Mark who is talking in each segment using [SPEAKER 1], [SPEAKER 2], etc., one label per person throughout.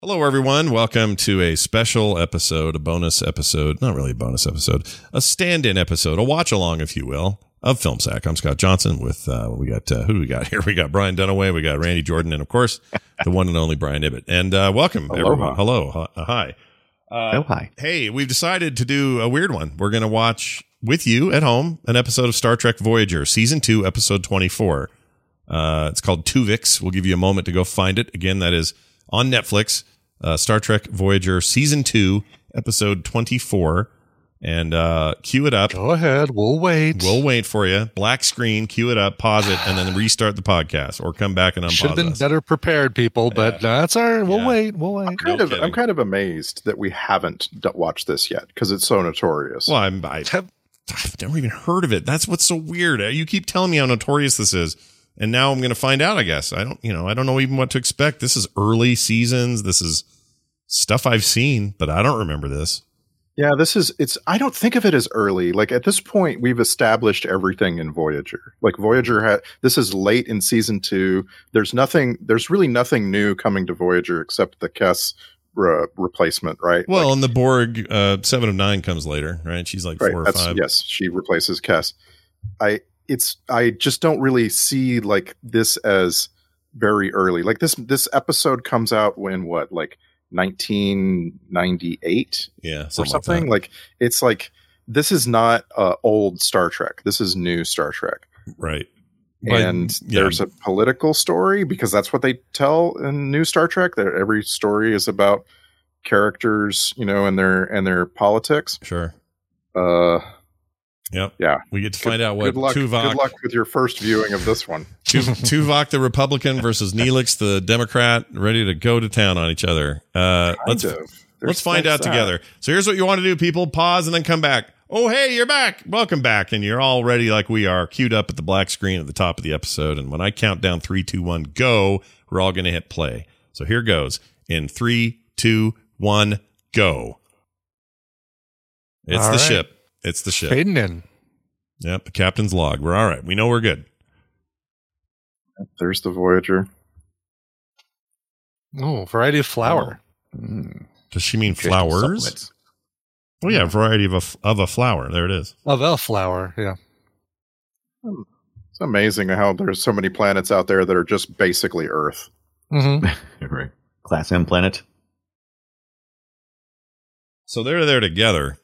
[SPEAKER 1] Hello, everyone. Welcome to a special episode, a bonus episode, not really a bonus episode, a stand in episode, a watch along, if you will, of Film Sack. I'm Scott Johnson with, uh, we got, uh, who do we got here? We got Brian Dunaway, we got Randy Jordan, and of course, the one and only Brian Ibbett. And uh, welcome,
[SPEAKER 2] Aloha.
[SPEAKER 1] everyone. Hello. Hi- uh, Hi.
[SPEAKER 2] oh hi.
[SPEAKER 1] Hey, we've decided to do a weird one. We're going to watch with you at home an episode of Star Trek Voyager, season two, episode 24. Uh, it's called Tuvix. We'll give you a moment to go find it. Again, that is on Netflix, uh, Star Trek Voyager, season two, episode 24. And uh, cue it up.
[SPEAKER 3] Go ahead. We'll wait.
[SPEAKER 1] We'll wait for you. Black screen, cue it up, pause it, and then restart the podcast or come back and unpause
[SPEAKER 3] Should have been
[SPEAKER 1] us.
[SPEAKER 3] better prepared, people, but that's all right. We'll
[SPEAKER 1] Yeah.
[SPEAKER 3] wait. We'll wait.
[SPEAKER 2] Kind
[SPEAKER 1] No
[SPEAKER 2] of,
[SPEAKER 1] kidding.
[SPEAKER 2] I'm kind of amazed that we haven't d- watched this yet because it's so notorious.
[SPEAKER 1] Well, I'm, I, I've never even heard of it. That's what's so weird. You keep telling me how notorious this is, and now I'm going to find out. I guess I don't. You know, I don't know even what to expect. This is early seasons. This is stuff I've seen, but I don't remember this.
[SPEAKER 2] yeah, this is it's. I don't think of it as early. Like at this point, we've established everything in Voyager. Like Voyager, ha- this is late in season two. There's nothing. There's really nothing new coming to Voyager except the Kess re- replacement, right?
[SPEAKER 1] Well,
[SPEAKER 2] Like-
[SPEAKER 1] and the Borg uh, Seven of Nine comes later, right? She's like
[SPEAKER 2] right.
[SPEAKER 1] four or
[SPEAKER 2] that's
[SPEAKER 1] five.
[SPEAKER 2] yes. She replaces Kess. I. It's. I just don't really see like this as very early. Like this. This episode comes out when what? Like 1998
[SPEAKER 1] Yeah, something
[SPEAKER 2] or something
[SPEAKER 1] Like
[SPEAKER 2] like, it's like this is not uh, old star trek this is new star trek
[SPEAKER 1] that. Right. But-
[SPEAKER 2] and
[SPEAKER 1] yeah.
[SPEAKER 2] there's a political story because that's what they tell in new star trek that every story is about characters you know and their and their politics
[SPEAKER 1] Sure.
[SPEAKER 2] uh
[SPEAKER 1] Yep.
[SPEAKER 2] Yeah.
[SPEAKER 1] We get to
[SPEAKER 2] Good-
[SPEAKER 1] find out what
[SPEAKER 2] good luck
[SPEAKER 1] Tuvok
[SPEAKER 2] good luck with your first viewing of this one
[SPEAKER 1] Tu- Tuvok the Republican versus Neelix the Democrat, ready to go to town on each other. Uh, let's
[SPEAKER 2] Kind of. There's
[SPEAKER 1] Let's find
[SPEAKER 2] like
[SPEAKER 3] uh,
[SPEAKER 1] out
[SPEAKER 2] that.
[SPEAKER 1] together. So here's what you want to do, people. Pause and then come back. Oh, hey, you're back. Welcome back. And you're all ready like we are, queued up at the black screen at the top of the episode. And when I count down three, two, one, go, we're all going to hit play. So here goes in three, two, one, go. It's
[SPEAKER 3] All
[SPEAKER 1] the
[SPEAKER 3] right.
[SPEAKER 1] ship. It's the ship.
[SPEAKER 3] Fading in.
[SPEAKER 1] Yep. The captain's log. We're all right. We know we're good.
[SPEAKER 2] there's the voyager
[SPEAKER 3] Oh, variety of flower.
[SPEAKER 1] Does she mean flowers? Oh, yeah. Variety of a, f- of a flower. There it is.
[SPEAKER 3] Of elf flower. Yeah.
[SPEAKER 2] it's amazing how there's so many planets out there that are just basically earth
[SPEAKER 3] hmm
[SPEAKER 4] Right. Class M planet.
[SPEAKER 1] So they're there together.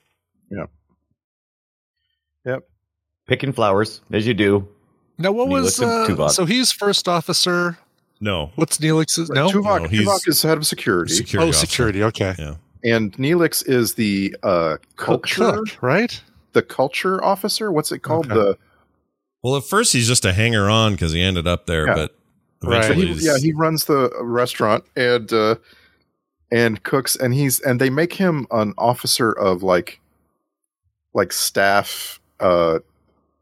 [SPEAKER 4] Picking flowers, as you do.
[SPEAKER 3] Now, what was.
[SPEAKER 4] Neelix and
[SPEAKER 3] Uh,
[SPEAKER 4] Tuvok.
[SPEAKER 3] so he's first officer.
[SPEAKER 1] No.
[SPEAKER 3] What's Neelix's? No.
[SPEAKER 2] Tuvok,
[SPEAKER 1] No, he's-
[SPEAKER 2] Tuvok is head of security
[SPEAKER 3] oh,
[SPEAKER 1] officer.
[SPEAKER 3] security. Okay. Oh,
[SPEAKER 1] Yeah.
[SPEAKER 2] and Neelix is the uh, culture,
[SPEAKER 3] Cook, right?
[SPEAKER 2] the culture officer. What's it called?
[SPEAKER 3] Okay.
[SPEAKER 2] The
[SPEAKER 1] Well, at first he's just a hanger on because he ended up there,
[SPEAKER 2] Yeah.
[SPEAKER 1] but
[SPEAKER 3] Right.
[SPEAKER 2] so
[SPEAKER 1] eventually,
[SPEAKER 2] he,
[SPEAKER 1] he's-
[SPEAKER 2] yeah, he runs the restaurant and uh, and cooks, and he's and they make him an officer of like like staff uh,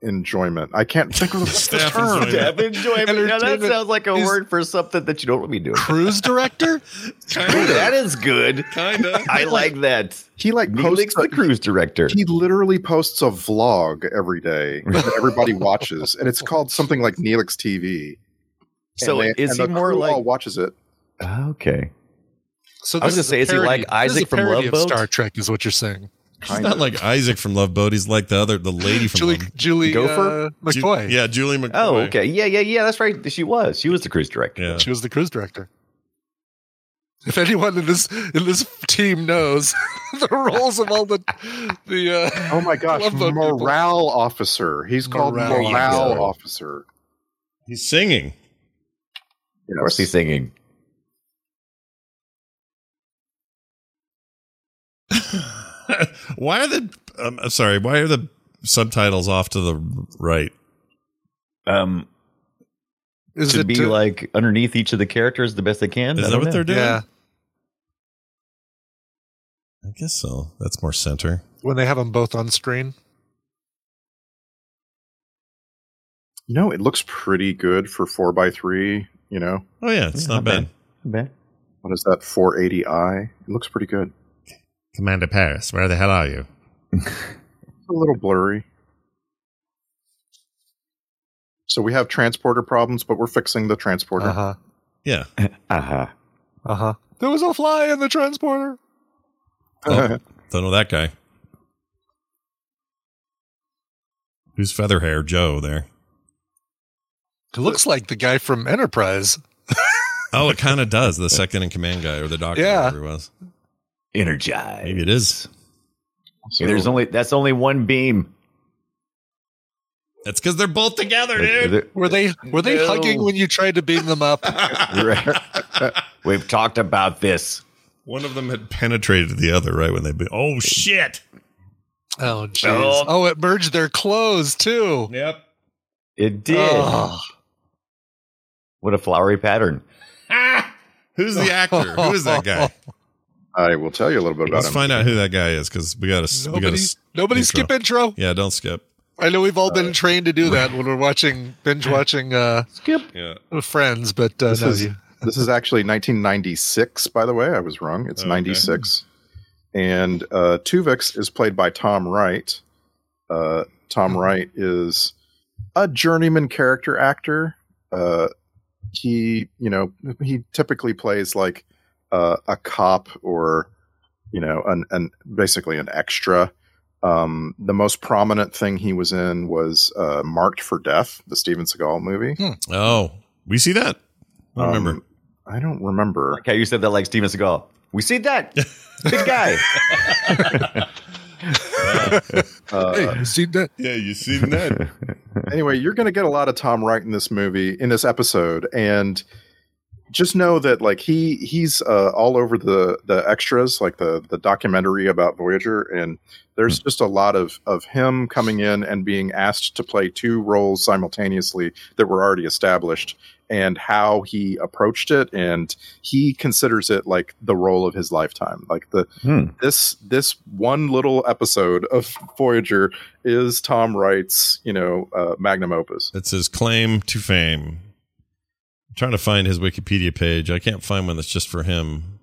[SPEAKER 2] enjoyment. I can't think of the what's the
[SPEAKER 1] Staff
[SPEAKER 2] term.
[SPEAKER 1] enjoyment. Yeah,
[SPEAKER 4] enjoyment. Now that
[SPEAKER 3] Entertainment
[SPEAKER 4] sounds like a
[SPEAKER 3] is-
[SPEAKER 4] word for something that you don't really do.
[SPEAKER 3] Cruise director?
[SPEAKER 4] Ooh, that is good.
[SPEAKER 1] kinda.
[SPEAKER 4] I like that.
[SPEAKER 2] He like
[SPEAKER 4] Neelix,
[SPEAKER 2] posts a-
[SPEAKER 4] the cruise director.
[SPEAKER 2] He literally posts a vlog every day that everybody watches, and it's called something like Neelix TV. And
[SPEAKER 4] So
[SPEAKER 2] they-
[SPEAKER 4] is
[SPEAKER 2] and
[SPEAKER 4] he
[SPEAKER 2] the
[SPEAKER 4] more
[SPEAKER 2] crew
[SPEAKER 4] like? Oh,
[SPEAKER 2] all watches it?
[SPEAKER 4] Okay.
[SPEAKER 3] So
[SPEAKER 4] I was
[SPEAKER 3] this
[SPEAKER 4] gonna
[SPEAKER 3] a
[SPEAKER 4] say, is he
[SPEAKER 3] parody-
[SPEAKER 4] like
[SPEAKER 3] this
[SPEAKER 4] Isaac
[SPEAKER 3] a
[SPEAKER 4] from
[SPEAKER 3] parody
[SPEAKER 4] Love
[SPEAKER 3] of
[SPEAKER 4] Boat?
[SPEAKER 3] Star Trek is what you're saying.
[SPEAKER 1] he's
[SPEAKER 2] Kind
[SPEAKER 1] not
[SPEAKER 2] of.
[SPEAKER 1] like Isaac from Love Boat. He's like the other, the lady from
[SPEAKER 3] Julie,
[SPEAKER 1] Love Boat.
[SPEAKER 3] Julie
[SPEAKER 4] Gopher?
[SPEAKER 3] uh, McCoy.
[SPEAKER 1] Ju- yeah, Julie McCoy.
[SPEAKER 4] Oh, okay. Yeah, yeah, yeah. That's right. She was. She was the cruise director.
[SPEAKER 1] Yeah.
[SPEAKER 3] She was the cruise director. If anyone in this in this team knows the roles of all the the uh,
[SPEAKER 2] Oh my gosh,
[SPEAKER 3] Love those
[SPEAKER 2] morale
[SPEAKER 3] people.
[SPEAKER 2] officer. He's called
[SPEAKER 3] Morale
[SPEAKER 2] morale,
[SPEAKER 4] officer.
[SPEAKER 2] officer.
[SPEAKER 1] He's singing.
[SPEAKER 2] Yes.
[SPEAKER 4] Of course, he's singing.
[SPEAKER 1] why are the? Um, I'm sorry. Why are the subtitles off to the right?
[SPEAKER 4] Um,
[SPEAKER 3] is
[SPEAKER 4] to
[SPEAKER 3] it
[SPEAKER 4] be
[SPEAKER 3] to-
[SPEAKER 4] like underneath each of the characters the best they can.
[SPEAKER 1] Is
[SPEAKER 4] I
[SPEAKER 1] that
[SPEAKER 4] don't
[SPEAKER 1] what
[SPEAKER 4] know.
[SPEAKER 1] they're doing?
[SPEAKER 3] yeah
[SPEAKER 1] I guess so. That's more center.
[SPEAKER 3] when they have them both on screen.
[SPEAKER 2] No, it looks pretty good for four x three. You know,
[SPEAKER 1] Oh yeah, it's
[SPEAKER 4] Yeah,
[SPEAKER 1] not
[SPEAKER 4] not
[SPEAKER 1] bad.
[SPEAKER 4] bad. Okay.
[SPEAKER 2] what is that? Four eighty i. It looks pretty good.
[SPEAKER 1] Commander Paris, where the hell are you?
[SPEAKER 2] It's a little blurry. So we have
[SPEAKER 4] Uh-huh.
[SPEAKER 2] transporter problems, but we're fixing the transporter.
[SPEAKER 3] Uh huh.
[SPEAKER 1] Yeah,
[SPEAKER 4] Uh huh.
[SPEAKER 3] Uh huh. There was a fly in the transporter.
[SPEAKER 4] Uh-huh.
[SPEAKER 1] Oh, don't know that guy. Who's Featherhair Joe there?
[SPEAKER 3] It looks like the guy from Enterprise.
[SPEAKER 1] Oh, it kind of does. The second in command guy or the doctor,
[SPEAKER 3] Yeah.
[SPEAKER 1] whatever it was.
[SPEAKER 4] Energize.
[SPEAKER 1] Maybe it is.
[SPEAKER 4] Yeah, There's only that's only one beam.
[SPEAKER 1] That's because they're both together,
[SPEAKER 4] Like,
[SPEAKER 1] dude.
[SPEAKER 4] the-
[SPEAKER 3] Were they were they
[SPEAKER 4] No.
[SPEAKER 3] hugging when you tried to beam them up?
[SPEAKER 4] We've talked about this.
[SPEAKER 1] One of them had penetrated the other, right? When they be- oh shit.
[SPEAKER 3] Oh jeez.
[SPEAKER 4] No.
[SPEAKER 3] Oh, it merged their clothes too. Oh,
[SPEAKER 1] Yep.
[SPEAKER 4] It did.
[SPEAKER 3] Ugh.
[SPEAKER 4] What a flowery pattern.
[SPEAKER 1] Who's the actor? Who is that guy?
[SPEAKER 2] I will tell you a little bit about
[SPEAKER 1] Let's
[SPEAKER 2] him.
[SPEAKER 1] find out who that guy is because we got to. We got
[SPEAKER 3] Nobody,
[SPEAKER 1] to.
[SPEAKER 3] nobody
[SPEAKER 1] intro.
[SPEAKER 3] skip intro.
[SPEAKER 1] Yeah, don't skip.
[SPEAKER 3] I know we've all
[SPEAKER 4] Uh,
[SPEAKER 3] been trained to do that when we're watching binge watching uh,
[SPEAKER 4] Skip.
[SPEAKER 1] Yeah.
[SPEAKER 3] Friends, but uh,
[SPEAKER 2] This
[SPEAKER 3] no,
[SPEAKER 2] is-
[SPEAKER 3] you-
[SPEAKER 2] this is actually 1996, by the way. I was wrong. It's
[SPEAKER 1] Okay.
[SPEAKER 2] 96. And uh, Tuvix is played by Tom Wright. Uh, Tom Wright is a journeyman character actor. Uh, he, you know, he typically plays like uh, a cop or, you know, an, an basically an extra. Um, the most prominent thing he was in was uh, Marked for Death, the Steven Seagal movie.
[SPEAKER 1] Oh, we see that. I don't
[SPEAKER 2] Um,
[SPEAKER 1] remember.
[SPEAKER 2] I don't remember.
[SPEAKER 4] Okay, you said that like Steven Seagal. We see that. Big guy.
[SPEAKER 2] Uh,
[SPEAKER 3] hey, you seen that?
[SPEAKER 1] Yeah, you seen that?
[SPEAKER 2] anyway, you're going to get a lot of Tom Wright in this movie, in this episode, and just know that like he he's uh, all over the the extras, like the the documentary about Voyager, and there's just a lot of of him coming in and being asked to play two roles simultaneously that were already established, and how he approached it, and he considers it like the role of his lifetime, like the
[SPEAKER 4] Hmm.
[SPEAKER 2] this this one little episode of Voyager is Tom Wright's, you know, uh, magnum opus.
[SPEAKER 1] That's his claim to fame. I'm trying to find his Wikipedia page. I can't find one that's just for him.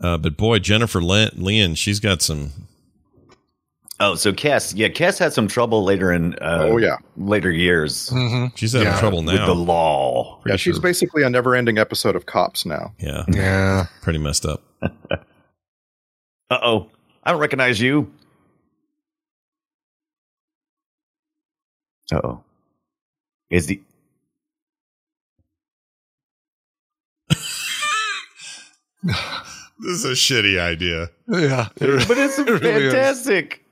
[SPEAKER 1] Uh, but boy, Jennifer Lin, Leon, she's got some.
[SPEAKER 4] Oh, so Cass. Yeah, Cass had some trouble later in uh,
[SPEAKER 2] oh yeah,
[SPEAKER 4] later years
[SPEAKER 3] Mm-hmm.
[SPEAKER 1] She's having
[SPEAKER 3] Yeah,
[SPEAKER 1] trouble
[SPEAKER 4] with the
[SPEAKER 1] now.
[SPEAKER 4] law.
[SPEAKER 1] Pretty
[SPEAKER 2] yeah. She's
[SPEAKER 1] sure.
[SPEAKER 2] basically a never-ending episode of Cops now.
[SPEAKER 1] yeah,
[SPEAKER 3] Yeah.
[SPEAKER 1] pretty messed up.
[SPEAKER 4] Uh oh. I don't recognize you. Uh oh. Is the
[SPEAKER 1] This is a shitty idea.
[SPEAKER 3] Yeah.
[SPEAKER 4] But it's
[SPEAKER 3] really is.
[SPEAKER 4] fantastic.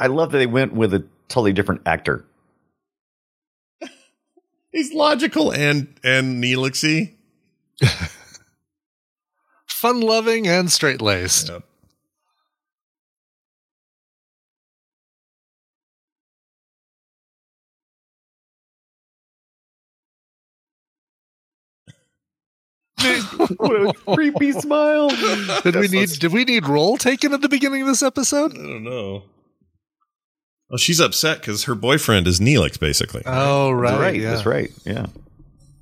[SPEAKER 4] I love that they went with a totally different actor.
[SPEAKER 1] He's logical and and Neelixy.
[SPEAKER 3] Fun loving and straight laced.
[SPEAKER 1] Yep.
[SPEAKER 4] creepy smile.
[SPEAKER 3] Did we
[SPEAKER 2] Yes,
[SPEAKER 3] need
[SPEAKER 2] let's-
[SPEAKER 3] did we need roll taken at the beginning of this episode?
[SPEAKER 1] I don't know. Oh, she's upset because her boyfriend is Neelix, basically,
[SPEAKER 3] Oh right.
[SPEAKER 4] That's right.
[SPEAKER 3] yeah.
[SPEAKER 4] That's right. Yeah.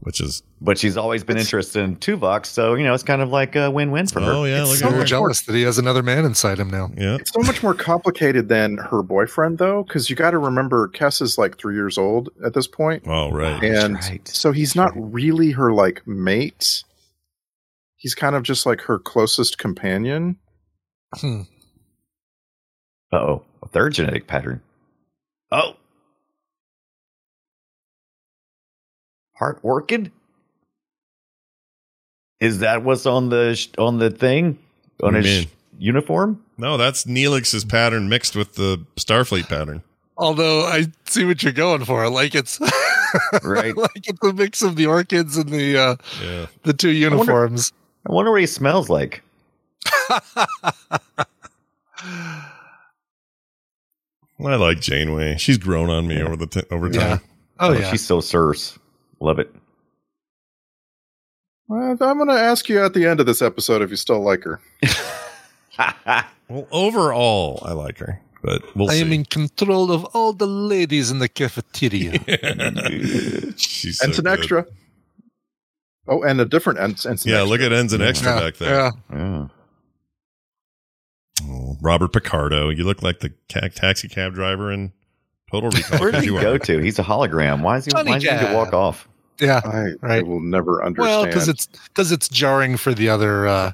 [SPEAKER 1] which is
[SPEAKER 4] But she's always been interested in Tuvok, so you know it's kind of like a win-win for her.
[SPEAKER 1] oh yeah, look
[SPEAKER 3] So
[SPEAKER 1] at her.
[SPEAKER 3] jealous that he has another man inside him now.
[SPEAKER 1] Yeah,
[SPEAKER 2] It's so much more complicated than her boyfriend, though, because you got to remember Kess is like three years old at this point,
[SPEAKER 1] oh right.
[SPEAKER 2] and
[SPEAKER 4] right.
[SPEAKER 2] so he's not really her like mate. He's kind of just like her closest companion.
[SPEAKER 3] Hmm.
[SPEAKER 4] Uh oh, a third genetic pattern. Oh, heart orchid. Is that what's on the sh- on the thing
[SPEAKER 1] What
[SPEAKER 4] on
[SPEAKER 1] do you
[SPEAKER 4] his
[SPEAKER 1] mean?
[SPEAKER 4] uniform?
[SPEAKER 1] No, that's Neelix's pattern mixed with the Starfleet pattern.
[SPEAKER 3] Although I see what you're going for. Like it's
[SPEAKER 4] Right.
[SPEAKER 3] like it's a mix of the orchids and the uh
[SPEAKER 1] Yeah.
[SPEAKER 3] the two
[SPEAKER 4] wonder-
[SPEAKER 3] uniforms.
[SPEAKER 4] I wonder what he smells like.
[SPEAKER 1] I like Janeway. She's grown on me over the t- over
[SPEAKER 3] Yeah.
[SPEAKER 1] time.
[SPEAKER 3] oh yeah.
[SPEAKER 4] she's so serse. Love it.
[SPEAKER 2] Well, I'm going to ask you at the end of this episode if you still like her.
[SPEAKER 1] Well, overall, I like her, but we'll
[SPEAKER 3] I
[SPEAKER 1] see.
[SPEAKER 3] am in control of all the ladies in the cafeteria.
[SPEAKER 1] she's
[SPEAKER 2] And
[SPEAKER 1] so
[SPEAKER 2] an
[SPEAKER 1] good.
[SPEAKER 2] extra. Oh, and a different Ensign. Ensign
[SPEAKER 1] Yeah, look at ends and extra
[SPEAKER 3] Yeah,
[SPEAKER 1] back there.
[SPEAKER 3] yeah.
[SPEAKER 4] Yeah.
[SPEAKER 1] Oh, Robert Picardo, you look like the ca- taxi cab driver in Total Recall.
[SPEAKER 4] Where did
[SPEAKER 1] 'cause
[SPEAKER 4] he
[SPEAKER 1] you
[SPEAKER 4] go
[SPEAKER 1] are.
[SPEAKER 4] to? He's a hologram. Why is he?
[SPEAKER 3] Johnny
[SPEAKER 4] Why does he need
[SPEAKER 3] Jab.
[SPEAKER 4] to walk off?
[SPEAKER 3] yeah.
[SPEAKER 2] I, I
[SPEAKER 3] Right.
[SPEAKER 2] will never understand.
[SPEAKER 3] Well, because it's because it's jarring for the other. Uh,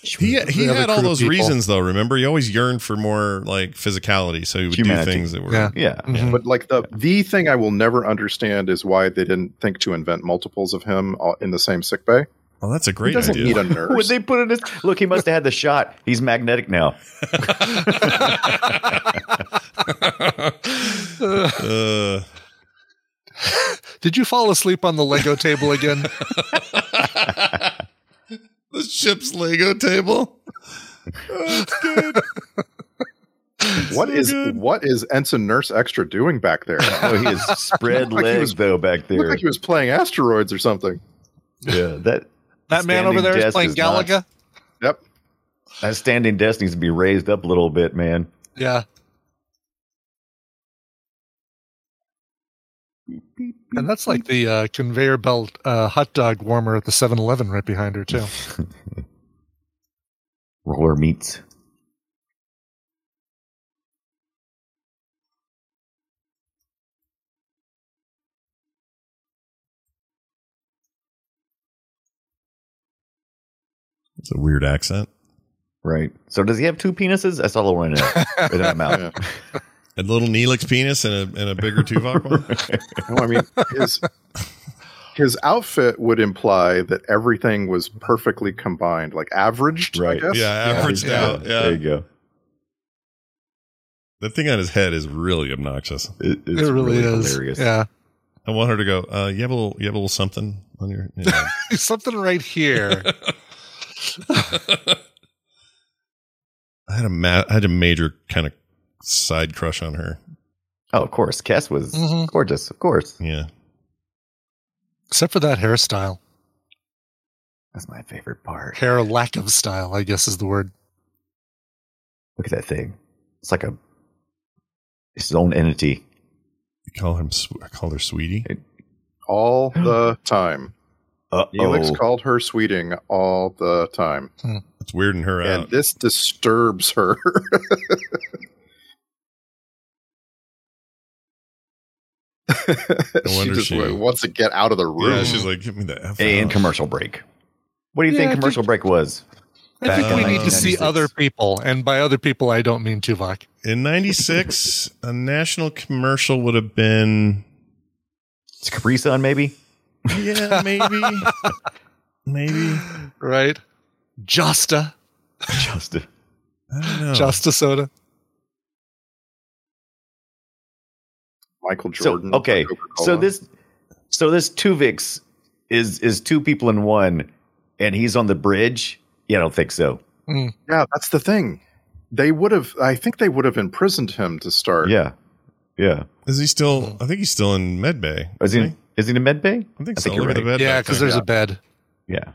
[SPEAKER 1] He he
[SPEAKER 3] The other
[SPEAKER 1] had all
[SPEAKER 3] crew
[SPEAKER 1] those
[SPEAKER 3] people.
[SPEAKER 1] reasons though. Remember, he always yearned for more like physicality, so he would
[SPEAKER 4] Humanity.
[SPEAKER 1] do things that were.
[SPEAKER 3] Yeah.
[SPEAKER 4] Yeah.
[SPEAKER 3] mhm.
[SPEAKER 2] but like the the thing I will never understand is why they didn't think to invent multiples of him all- in the same sick bay.
[SPEAKER 1] Well, that's a
[SPEAKER 2] He
[SPEAKER 1] great
[SPEAKER 2] doesn't
[SPEAKER 1] idea.
[SPEAKER 2] need a nurse.
[SPEAKER 4] Would they put in his look? He must have had the shot. He's magnetic now.
[SPEAKER 1] uh,
[SPEAKER 3] Did you fall asleep on the Lego table again?
[SPEAKER 1] the ship's Lego table. Oh,
[SPEAKER 2] what
[SPEAKER 1] so
[SPEAKER 2] is
[SPEAKER 1] good.
[SPEAKER 2] what is Ensign Nurse Extra doing back there?
[SPEAKER 4] Oh, he is spread
[SPEAKER 2] Like he
[SPEAKER 4] legs
[SPEAKER 2] was-
[SPEAKER 4] though back
[SPEAKER 2] Looked
[SPEAKER 4] there.
[SPEAKER 2] like he was playing asteroids or something.
[SPEAKER 4] yeah, that
[SPEAKER 3] That man
[SPEAKER 4] Standing
[SPEAKER 3] over there is
[SPEAKER 4] desk
[SPEAKER 3] playing
[SPEAKER 4] is not-
[SPEAKER 3] Galaga.
[SPEAKER 2] Yep.
[SPEAKER 4] that standing desk needs to be raised up a little bit, man.
[SPEAKER 3] Yeah. And that's like the uh, conveyor belt uh, hot dog warmer at the 7 Eleven right behind her, too.
[SPEAKER 4] Roller meats.
[SPEAKER 1] It's a weird accent.
[SPEAKER 4] Right. So does he have two penises? That's all I want to know. Right in my mouth.
[SPEAKER 1] A little Neelix penis and a and a bigger Tuvok one.
[SPEAKER 2] No, I mean his his outfit would imply that everything was perfectly combined, like averaged.
[SPEAKER 4] Right.
[SPEAKER 2] I guess.
[SPEAKER 1] Yeah, averaged
[SPEAKER 2] Yeah.
[SPEAKER 1] out. Yeah,
[SPEAKER 4] There you go.
[SPEAKER 1] that thing on his head is really obnoxious.
[SPEAKER 4] It,
[SPEAKER 3] It
[SPEAKER 4] it's
[SPEAKER 3] really, is.
[SPEAKER 4] hilarious.
[SPEAKER 3] Yeah.
[SPEAKER 1] I want her to go. Uh, you have a little, you have a little something on your. you know.
[SPEAKER 3] Something right here.
[SPEAKER 1] I had a ma- I had a major kind of side crush on her.
[SPEAKER 4] Oh, of course. Cass was
[SPEAKER 3] Mhm.
[SPEAKER 4] gorgeous. Of course.
[SPEAKER 1] Yeah,
[SPEAKER 3] Except for that hairstyle.
[SPEAKER 4] That's my favorite part.
[SPEAKER 3] Hair lack of style, I guess is the word.
[SPEAKER 4] Look at that thing. It's like a it's its own entity.
[SPEAKER 1] I call him. sw- I call her sweetie.
[SPEAKER 2] All the time.
[SPEAKER 4] Uh
[SPEAKER 2] Felix called her sweeting all the time.
[SPEAKER 1] It's weirding her
[SPEAKER 2] And
[SPEAKER 1] out.
[SPEAKER 2] this disturbs her. she
[SPEAKER 1] wonder
[SPEAKER 2] just
[SPEAKER 1] she-
[SPEAKER 2] wants to get out of the room.
[SPEAKER 1] Yeah, she's like, give me the F
[SPEAKER 4] and
[SPEAKER 1] out."
[SPEAKER 4] commercial break. What do you
[SPEAKER 3] Yeah, I
[SPEAKER 4] think commercial break was?
[SPEAKER 3] I think
[SPEAKER 1] Back
[SPEAKER 3] we
[SPEAKER 1] in
[SPEAKER 3] need to see
[SPEAKER 4] 1996.
[SPEAKER 3] other people. And by other people, I don't mean Tuvok.
[SPEAKER 1] In '96, a national commercial would have been,
[SPEAKER 4] It's Capri Sun, maybe.
[SPEAKER 1] yeah, maybe, maybe.
[SPEAKER 3] Right? Josta.
[SPEAKER 4] Just
[SPEAKER 1] I don't know.
[SPEAKER 3] Josta soda.
[SPEAKER 2] Michael
[SPEAKER 4] So,
[SPEAKER 2] Jordan.
[SPEAKER 4] okay.
[SPEAKER 2] Coca-Cola.
[SPEAKER 4] So this so this Tuvix is is two people in one and he's on the bridge? Yeah, I don't think so.
[SPEAKER 2] Yeah, that's the thing. They would have I think they would have imprisoned him to start.
[SPEAKER 4] Yeah. Yeah.
[SPEAKER 1] Is he still? I think he's still in medbay.
[SPEAKER 4] Is he
[SPEAKER 1] isn't
[SPEAKER 4] is he in a med bay?
[SPEAKER 1] I think
[SPEAKER 4] I
[SPEAKER 1] so.
[SPEAKER 4] think you're
[SPEAKER 1] Look at the bed
[SPEAKER 3] Yeah,
[SPEAKER 1] back
[SPEAKER 3] because
[SPEAKER 1] there.
[SPEAKER 3] there's a bed.
[SPEAKER 4] Yeah.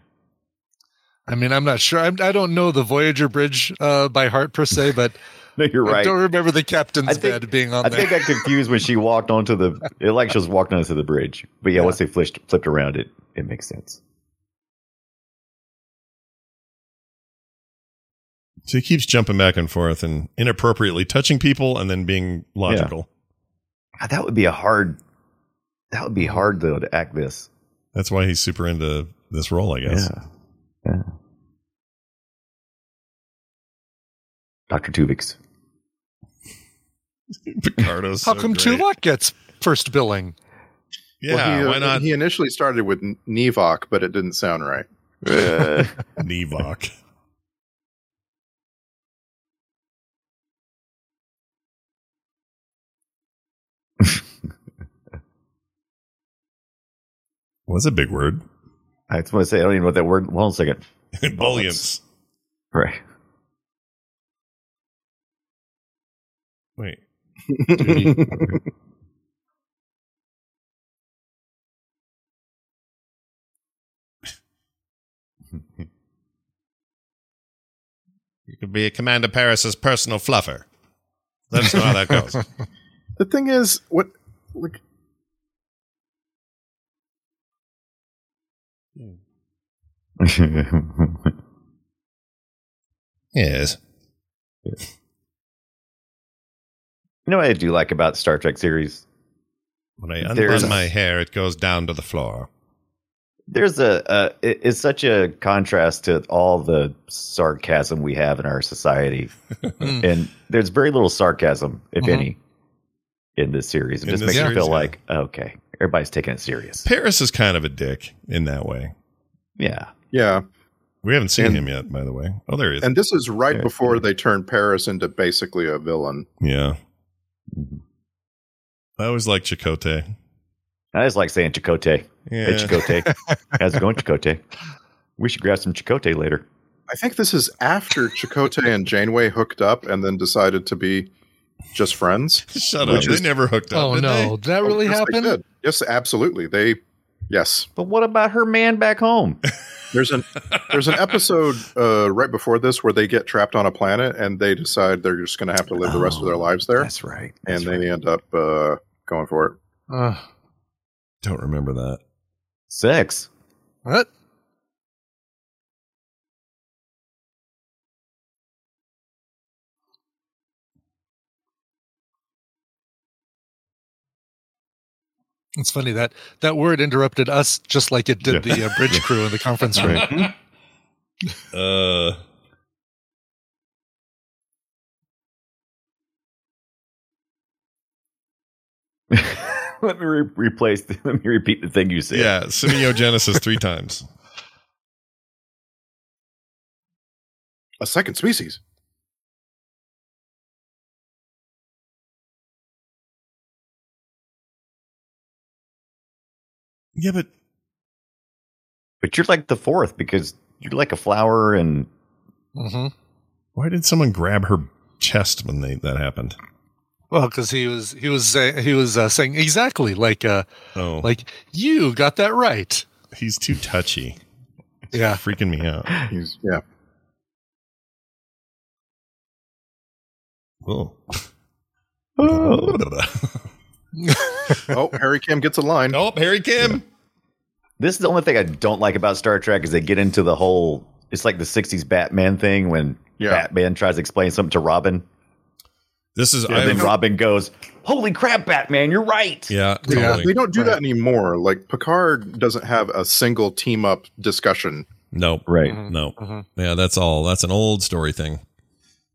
[SPEAKER 3] I mean, I'm not sure. I'm, I don't know the Voyager Bridge uh, by heart per se, but
[SPEAKER 4] No, you're
[SPEAKER 3] I
[SPEAKER 4] right.
[SPEAKER 3] don't remember the captain's
[SPEAKER 4] I think-
[SPEAKER 3] bed being on
[SPEAKER 4] I
[SPEAKER 3] there.
[SPEAKER 4] think I confused when she walked onto the. It like she was walking onto the bridge, but yeah, once they flipped flipped around, it it makes sense.
[SPEAKER 1] So he keeps jumping back and forth and inappropriately touching people and then being logical.
[SPEAKER 4] God, that would be a hard. That would be hard though to act this.
[SPEAKER 1] That's why he's super into this role, I guess.
[SPEAKER 4] Yeah. Yeah. Doctor Tubix.
[SPEAKER 1] Picardo's.
[SPEAKER 3] How
[SPEAKER 1] so
[SPEAKER 3] come
[SPEAKER 1] great.
[SPEAKER 3] Tuvok gets first billing?
[SPEAKER 1] Yeah,
[SPEAKER 2] Well, he, uh,
[SPEAKER 1] why not
[SPEAKER 2] He initially started with N- Nevok, but it didn't sound right.
[SPEAKER 1] Nevok? What's a big word?
[SPEAKER 4] I just want to say I don't even know what that word. Hold on a second.
[SPEAKER 1] Ebullience.
[SPEAKER 4] Right.
[SPEAKER 1] Wait. You could be Commander Paris's personal fluffer. Let us know how that goes.
[SPEAKER 2] the thing is, what like
[SPEAKER 1] yes.
[SPEAKER 4] You know what I do like about Star Trek series?
[SPEAKER 1] When I
[SPEAKER 4] There's
[SPEAKER 1] unbun
[SPEAKER 4] a-
[SPEAKER 1] my hair, it goes down to the floor.
[SPEAKER 4] There's a uh, it- it's such a contrast to all the sarcasm we have in our society,
[SPEAKER 1] Hmm.
[SPEAKER 3] Mm.
[SPEAKER 4] and there's very little sarcasm, if
[SPEAKER 3] Mhm.
[SPEAKER 4] any, in this series. It
[SPEAKER 1] Mm-hmm. In
[SPEAKER 4] just
[SPEAKER 1] this
[SPEAKER 4] makes
[SPEAKER 1] series,
[SPEAKER 4] you feel
[SPEAKER 1] yeah.
[SPEAKER 4] like okay, everybody's taking it serious.
[SPEAKER 1] Paris is kind of a dick in that way.
[SPEAKER 4] Yeah,
[SPEAKER 2] Yeah,
[SPEAKER 1] We haven't seen
[SPEAKER 2] And-
[SPEAKER 1] him yet, by the way. Oh, there he is.
[SPEAKER 2] and this is right
[SPEAKER 4] Yeah.
[SPEAKER 2] before they turn Paris into basically a villain.
[SPEAKER 1] yeah.
[SPEAKER 4] Mhm.
[SPEAKER 1] I always like Chicote.
[SPEAKER 4] I just like saying Chicote.
[SPEAKER 1] Yeah.
[SPEAKER 4] Hey, Chicote, how's it going, Chicote? We should grab some Chicote later.
[SPEAKER 2] I think this is after Chakotay and Janeway hooked up and then decided to be just friends.
[SPEAKER 1] Shut up.
[SPEAKER 2] Which is-
[SPEAKER 1] They never hooked up.
[SPEAKER 3] Oh
[SPEAKER 1] did
[SPEAKER 3] no,
[SPEAKER 1] they?
[SPEAKER 3] did that really
[SPEAKER 2] yes, they
[SPEAKER 3] happen?
[SPEAKER 2] did. Yes, absolutely. They yes.
[SPEAKER 4] But what about her man back home?
[SPEAKER 2] There's an there's an episode uh, right before this where they get trapped on a planet and they decide they're just going to have to live the rest of their
[SPEAKER 4] Oh,
[SPEAKER 2] lives there,
[SPEAKER 4] That's right.
[SPEAKER 2] and
[SPEAKER 4] That's
[SPEAKER 2] they
[SPEAKER 4] right.
[SPEAKER 2] end up uh, going for it.
[SPEAKER 3] Uh,
[SPEAKER 1] Don't remember that.
[SPEAKER 4] sex.
[SPEAKER 3] what? It's funny that that word interrupted us just like it did
[SPEAKER 4] Yeah.
[SPEAKER 3] the uh, bridge crew in the conference room.
[SPEAKER 1] Uh,
[SPEAKER 4] let me re- replace. The, let me repeat the thing you said.
[SPEAKER 1] yeah, semiogenesis three times.
[SPEAKER 2] A second species.
[SPEAKER 1] Yeah, but
[SPEAKER 4] But you're like the fourth because you're like a flower and
[SPEAKER 3] hmm
[SPEAKER 1] why did someone grab her chest when they, that happened?
[SPEAKER 3] Well, because he was he was saying he was uh, saying exactly like uh,
[SPEAKER 1] Oh, like
[SPEAKER 3] like you got that right.
[SPEAKER 1] he's too touchy.
[SPEAKER 3] Yeah.
[SPEAKER 1] Freaking me out.
[SPEAKER 2] He's yeah.
[SPEAKER 1] Whoa.
[SPEAKER 4] oh,
[SPEAKER 2] Oh, Harry Kim gets a line.
[SPEAKER 1] nope, Harry Kim.
[SPEAKER 4] this is the only thing I don't like about Star Trek is they get into the whole. It's like the '60s Batman thing when
[SPEAKER 2] Yeah.
[SPEAKER 4] Batman tries to explain something to Robin,
[SPEAKER 1] This is
[SPEAKER 4] and then
[SPEAKER 1] I've-
[SPEAKER 4] Robin goes, "Holy crap, Batman! You're right."
[SPEAKER 1] yeah,
[SPEAKER 3] Yeah.
[SPEAKER 1] totally.
[SPEAKER 2] They don't do that anymore. Like Picard doesn't have a single team up discussion.
[SPEAKER 1] Nope.
[SPEAKER 4] Right.
[SPEAKER 3] Mhm.
[SPEAKER 1] Nope.
[SPEAKER 3] Mhm.
[SPEAKER 1] Yeah, that's all. That's an old story thing.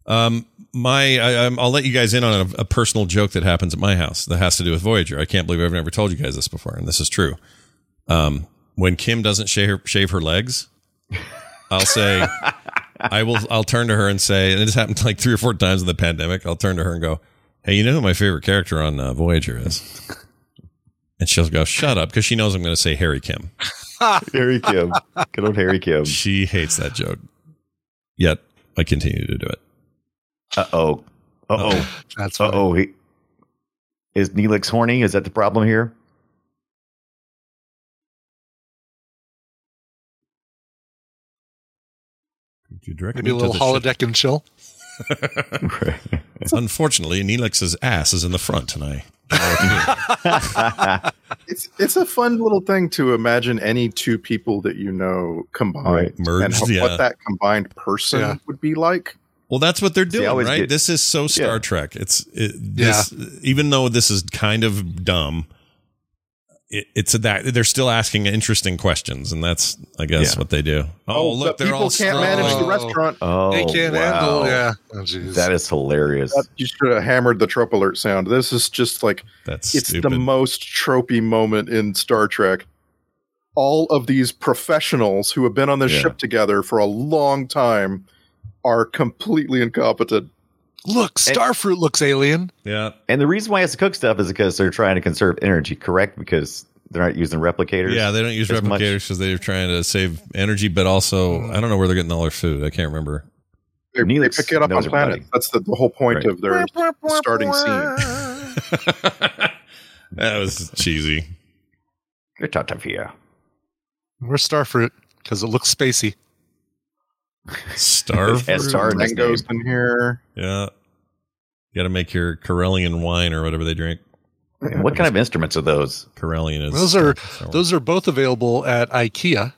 [SPEAKER 1] Um, my, I, I'm- I'll let you guys in on a, a personal joke that happens at my house that has to do with Voyager. I can't believe I've never told you guys this before, and this is true. Um, when Kim doesn't shave her, shave her legs, I'll say, I will, I'll turn to her and say, and it has happened like three or four times in the pandemic. I'll turn to her and go, "Hey, you know who my favorite character on uh, Voyager is?" And she'll go, "Shut up," because she knows I'm going to say Harry Kim.
[SPEAKER 4] Harry Kim, good old Harry Kim.
[SPEAKER 1] She hates that joke. Yet I continue to do it.
[SPEAKER 4] Uh oh, uh oh.
[SPEAKER 3] That's
[SPEAKER 4] Uh
[SPEAKER 3] funny.
[SPEAKER 4] oh. He, is Neelix horny? Is that the problem here?
[SPEAKER 1] You direct
[SPEAKER 3] Maybe a
[SPEAKER 1] me to
[SPEAKER 3] little
[SPEAKER 1] the
[SPEAKER 3] holodeck and chill.
[SPEAKER 1] shit. Unfortunately, Neelix's ass is in the front, and I.
[SPEAKER 2] It's it's a fun little thing to imagine any two people that you know combined
[SPEAKER 4] Right.
[SPEAKER 2] and
[SPEAKER 1] Merged,
[SPEAKER 2] ho-
[SPEAKER 1] yeah.
[SPEAKER 2] what that combined person
[SPEAKER 3] Yeah.
[SPEAKER 2] would be like.
[SPEAKER 1] Well, that's what they're
[SPEAKER 4] I
[SPEAKER 1] doing,
[SPEAKER 4] always
[SPEAKER 1] right?
[SPEAKER 4] get-
[SPEAKER 1] this is so Star
[SPEAKER 4] Yeah.
[SPEAKER 1] Trek. It's it, this, even though this is kind of dumb. It, it's a, that they're still asking interesting questions, and that's I guess
[SPEAKER 4] Yeah.
[SPEAKER 1] what they do. Oh, look,
[SPEAKER 2] but
[SPEAKER 1] they're
[SPEAKER 2] people
[SPEAKER 1] all
[SPEAKER 2] can't
[SPEAKER 1] strong.
[SPEAKER 2] manage the
[SPEAKER 3] Oh.
[SPEAKER 2] restaurant.
[SPEAKER 4] oh,
[SPEAKER 3] they can't
[SPEAKER 4] wow.
[SPEAKER 3] handle. Yeah. Oh, jeez.
[SPEAKER 4] That is hilarious.
[SPEAKER 2] That- You should have hammered the trope alert sound. This is just like
[SPEAKER 1] That's
[SPEAKER 2] it's
[SPEAKER 1] stupid.
[SPEAKER 2] the most tropey moment in Star Trek. All of these professionals who have been on this
[SPEAKER 4] Yeah.
[SPEAKER 2] ship together for a long time are completely incompetent.
[SPEAKER 3] Look, starfruit looks alien.
[SPEAKER 1] yeah,
[SPEAKER 4] And the reason why it's to cook stuff is because they're trying to conserve energy, correct? Because they're not using replicators.
[SPEAKER 1] yeah. They don't use
[SPEAKER 4] as much-
[SPEAKER 1] replicators because they're trying to save energy, but also I don't know where they're getting all their food. I can't remember.
[SPEAKER 2] They, they
[SPEAKER 4] Neelix
[SPEAKER 2] pick it up on
[SPEAKER 4] knows everybody.
[SPEAKER 2] planets. That's the, the whole point
[SPEAKER 4] Right.
[SPEAKER 2] of their starting scene.
[SPEAKER 1] that was cheesy.
[SPEAKER 4] Get out of here.
[SPEAKER 3] We're starfruit because it looks spacey.
[SPEAKER 1] Star
[SPEAKER 4] It has star in its name.
[SPEAKER 2] Tango's in here.
[SPEAKER 1] Yeah. You got to make your Karelian wine or whatever they drink.
[SPEAKER 4] And what kind of instruments are those?
[SPEAKER 1] Karelian is
[SPEAKER 3] Those are-
[SPEAKER 1] Star Wars.
[SPEAKER 3] Those are both available at IKEA,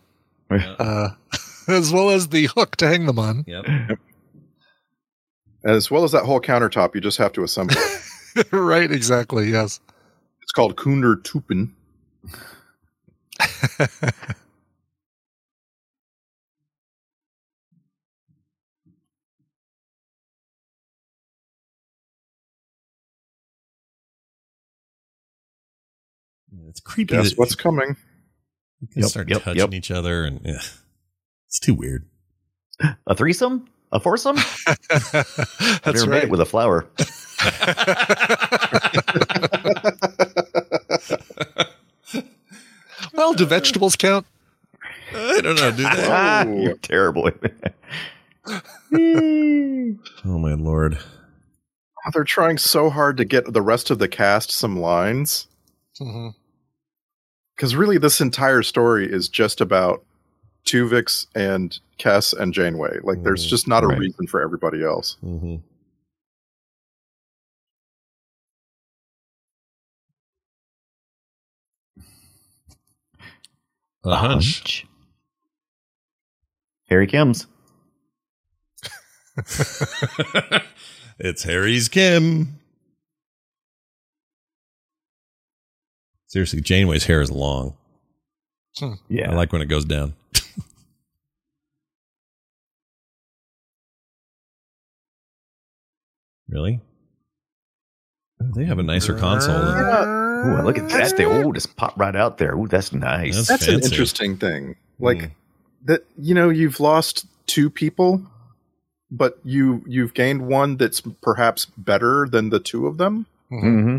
[SPEAKER 3] uh, as well as the hook to hang them on.
[SPEAKER 1] Yep.
[SPEAKER 2] As well as that whole countertop, you just have to assemble it.
[SPEAKER 3] right? Exactly. Yes.
[SPEAKER 2] It's called Kunder Tupen.
[SPEAKER 1] It's creepy.
[SPEAKER 2] Guess
[SPEAKER 1] that
[SPEAKER 2] what's coming?
[SPEAKER 1] you can
[SPEAKER 4] Yep,
[SPEAKER 1] start
[SPEAKER 4] yep,
[SPEAKER 1] touching
[SPEAKER 4] yep.
[SPEAKER 1] each other, and yeah, it's too weird.
[SPEAKER 4] A threesome? A foursome? I've
[SPEAKER 3] That's
[SPEAKER 4] never made
[SPEAKER 3] right.
[SPEAKER 4] it with a flower.
[SPEAKER 3] well, do vegetables count?
[SPEAKER 1] I don't know. Do that.
[SPEAKER 4] Ah,
[SPEAKER 2] Oh.
[SPEAKER 4] You're terrible.
[SPEAKER 1] Oh my lord.
[SPEAKER 2] Oh, they're trying so hard to get the rest of the cast some lines.
[SPEAKER 3] Mhm.
[SPEAKER 2] Because really, this entire story is just about Tuvix and Kess and Janeway. Like, there's
[SPEAKER 1] Mm,
[SPEAKER 2] just not a
[SPEAKER 4] right.
[SPEAKER 2] reason for everybody else.
[SPEAKER 1] Mm-hmm. A
[SPEAKER 4] Uh-huh.
[SPEAKER 1] hunch.
[SPEAKER 4] Here he comes.
[SPEAKER 1] it's Harry's Kim. Seriously, Janeway's hair is long.
[SPEAKER 4] Yeah.
[SPEAKER 1] I like when it goes down. really? They have a nicer console. than-
[SPEAKER 3] Mm-hmm.
[SPEAKER 4] Ooh, look at that. They oh, just pop right out there. Ooh, that's nice.
[SPEAKER 1] That's-
[SPEAKER 2] That's an
[SPEAKER 1] Fancy.
[SPEAKER 2] interesting thing. Like
[SPEAKER 1] Mm.
[SPEAKER 2] that, you know, you've lost two people, but you you've gained one that's perhaps better than the two of them,
[SPEAKER 3] Mhm.
[SPEAKER 4] hmm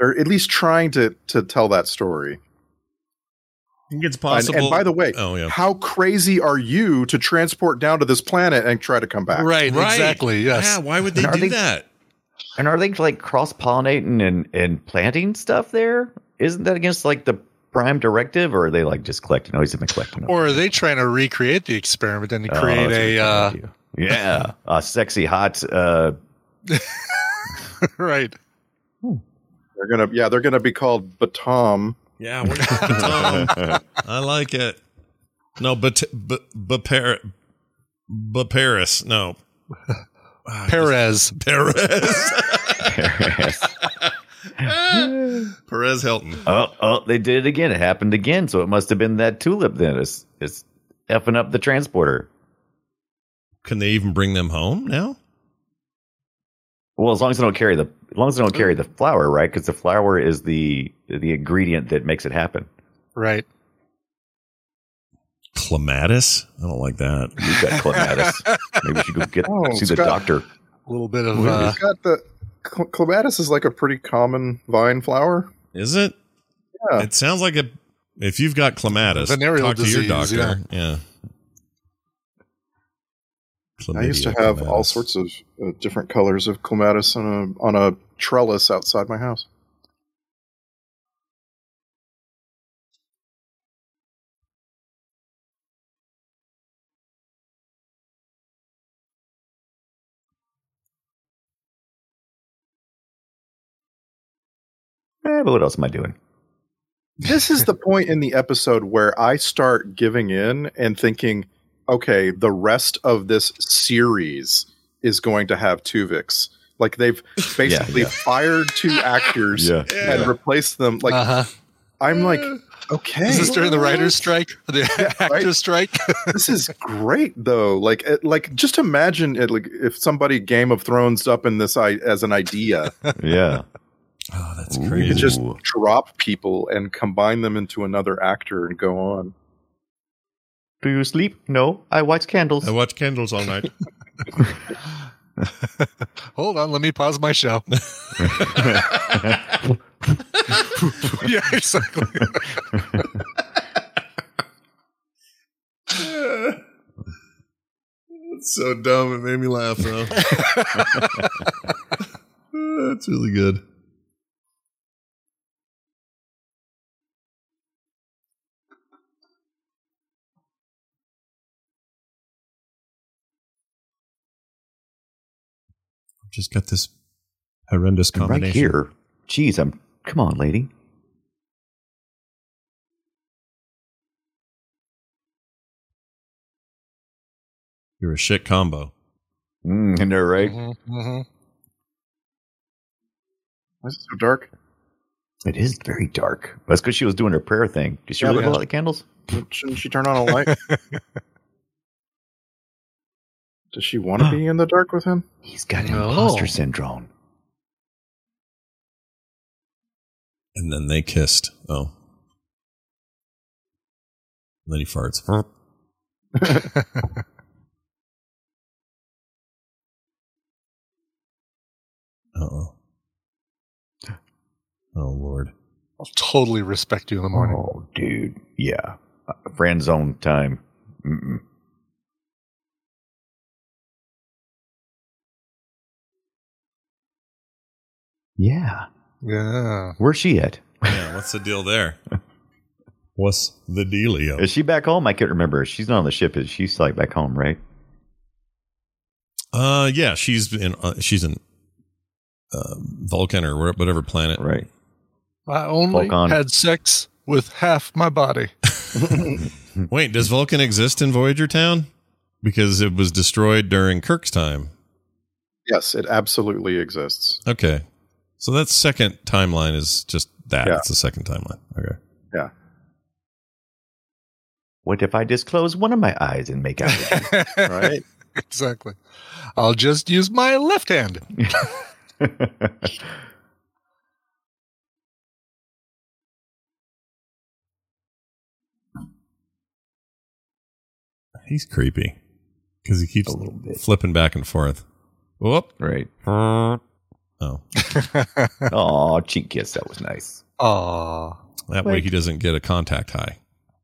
[SPEAKER 2] or at least trying to to tell that story.
[SPEAKER 1] I think it's
[SPEAKER 2] And,
[SPEAKER 1] possible.
[SPEAKER 2] and by the way,
[SPEAKER 1] oh yeah,
[SPEAKER 2] how crazy are you to transport down to this planet and try to come back?
[SPEAKER 3] Right, Exactly.
[SPEAKER 1] Yeah,
[SPEAKER 3] Yes.
[SPEAKER 1] why would they
[SPEAKER 4] Are
[SPEAKER 1] do
[SPEAKER 4] they-
[SPEAKER 1] that?
[SPEAKER 4] And are they like cross pollinating and, and planting stuff there? Isn't that against like the prime directive or are they like just collecting? Oh, he's in the collecting.
[SPEAKER 3] Or are they trying to recreate the experiment and
[SPEAKER 4] Oh,
[SPEAKER 3] create
[SPEAKER 4] that's what
[SPEAKER 3] a
[SPEAKER 4] they're
[SPEAKER 3] uh,
[SPEAKER 4] trying to do. yeah, a sexy hot uh,
[SPEAKER 3] right?
[SPEAKER 2] They're gonna yeah, they're gonna be called Batom.
[SPEAKER 1] Yeah, we're Tom, I like it. No, but but but Paris, but Paris. No, Ah,
[SPEAKER 3] Perez.
[SPEAKER 1] Perez.
[SPEAKER 4] Paris.
[SPEAKER 1] Perez Hilton.
[SPEAKER 4] oh, oh, they did it again. It happened again. So it must have been that tulip then. It's it's effing up the transporter.
[SPEAKER 1] Can they even bring them home now?
[SPEAKER 4] Well, as long as they don't carry the as long as they don't carry the flour, right? Because the flour is the the ingredient that makes it happen.
[SPEAKER 3] Right.
[SPEAKER 1] Clematis? I don't like that.
[SPEAKER 4] You've got clematis. Maybe we should go get
[SPEAKER 2] Oh,
[SPEAKER 4] see the
[SPEAKER 2] Scott.
[SPEAKER 4] doctor.
[SPEAKER 3] A little bit of
[SPEAKER 2] We've
[SPEAKER 3] uh,
[SPEAKER 2] got the cl- clematis is like a pretty common vine flower.
[SPEAKER 1] Is it?
[SPEAKER 2] Yeah.
[SPEAKER 1] It sounds like a. If you've got clematis,
[SPEAKER 3] Venereal
[SPEAKER 1] talk to your
[SPEAKER 3] disease,
[SPEAKER 1] doctor. Yeah.
[SPEAKER 2] I used to
[SPEAKER 1] Chlamydia,
[SPEAKER 2] have all
[SPEAKER 1] clematis.
[SPEAKER 2] sorts of uh, different colors of clematis on a on a trellis outside my house.
[SPEAKER 4] Eh, but what else am I doing?
[SPEAKER 2] This is the point in the episode where I start giving in and thinking, okay, the rest of this series is going to have Tuvix. Like they've basically
[SPEAKER 4] yeah.
[SPEAKER 2] fired two actors and
[SPEAKER 1] Yeah.
[SPEAKER 2] replaced them. Like
[SPEAKER 3] uh-huh.
[SPEAKER 2] I'm like, okay,
[SPEAKER 3] Is this during the writer's strike? The
[SPEAKER 2] right.
[SPEAKER 3] actor's strike?
[SPEAKER 2] this is great though. Like, it, like just imagine it, like if somebody Game of Thrones up in this I- as an idea.
[SPEAKER 4] Yeah.
[SPEAKER 1] Oh, that's
[SPEAKER 4] Ooh.
[SPEAKER 2] You
[SPEAKER 1] crazy.
[SPEAKER 2] could just
[SPEAKER 4] Ooh.
[SPEAKER 2] drop people and combine them into another actor and go on.
[SPEAKER 4] Do you sleep? No, I watch candles.
[SPEAKER 1] I watch candles all night.
[SPEAKER 3] Hold on, let me pause my show. yeah, exactly.
[SPEAKER 1] it's so dumb. It made me laugh though. That's really good. Just got this horrendous
[SPEAKER 4] And right
[SPEAKER 1] combination.
[SPEAKER 4] here. Jeez, I'm. Come on, lady.
[SPEAKER 1] You're a shit combo.
[SPEAKER 3] Mm-hmm,
[SPEAKER 4] Mm, I know, right?
[SPEAKER 3] Mhm, mhm.
[SPEAKER 2] Why is it so dark?
[SPEAKER 4] It is very dark. That's because she was doing her prayer thing. Did she
[SPEAKER 2] Yeah,
[SPEAKER 4] really
[SPEAKER 2] but-
[SPEAKER 4] blow out the candles?
[SPEAKER 2] Shouldn't she turn on a light? Does she want to be in the dark with him?
[SPEAKER 4] He's got
[SPEAKER 3] No.
[SPEAKER 4] imposter syndrome.
[SPEAKER 1] And then they kissed. Oh. And then he farts. Uh oh. Oh Lord.
[SPEAKER 3] I'll totally respect you in the morning.
[SPEAKER 4] Oh, dude. Yeah. Uh, friend zone time. Mm-mm. Yeah.
[SPEAKER 3] Yeah.
[SPEAKER 4] Where's she at?
[SPEAKER 1] Yeah, what's the deal there? What's the dealio?
[SPEAKER 4] Is she back home? I can't remember. She's not on the ship. Is she? she's like back home, right?
[SPEAKER 1] Uh, yeah, she's in. Uh, she's in uh, Vulcan or where- whatever planet.
[SPEAKER 4] Right.
[SPEAKER 3] I only
[SPEAKER 4] Vulcan.
[SPEAKER 3] had sex with half my body.
[SPEAKER 1] Wait, does Vulcan exist in Voyager Town? Because it was destroyed during Kirk's time.
[SPEAKER 2] Yes, it absolutely exists.
[SPEAKER 1] Okay, so that second timeline is just that.
[SPEAKER 2] Yeah.
[SPEAKER 1] It's the second timeline. Okay.
[SPEAKER 4] What if I disclose one of my eyes and make out? with
[SPEAKER 2] Right?
[SPEAKER 3] exactly. I'll just use my left hand.
[SPEAKER 4] you?
[SPEAKER 1] He's creepy because he keeps
[SPEAKER 4] A little bit.
[SPEAKER 1] flipping back and forth. Whoop.
[SPEAKER 4] right.
[SPEAKER 1] Oh, that
[SPEAKER 4] Oh, cheek kiss. That was nice.
[SPEAKER 3] Aw.
[SPEAKER 1] way
[SPEAKER 4] Wait.
[SPEAKER 1] he doesn't get a contact high.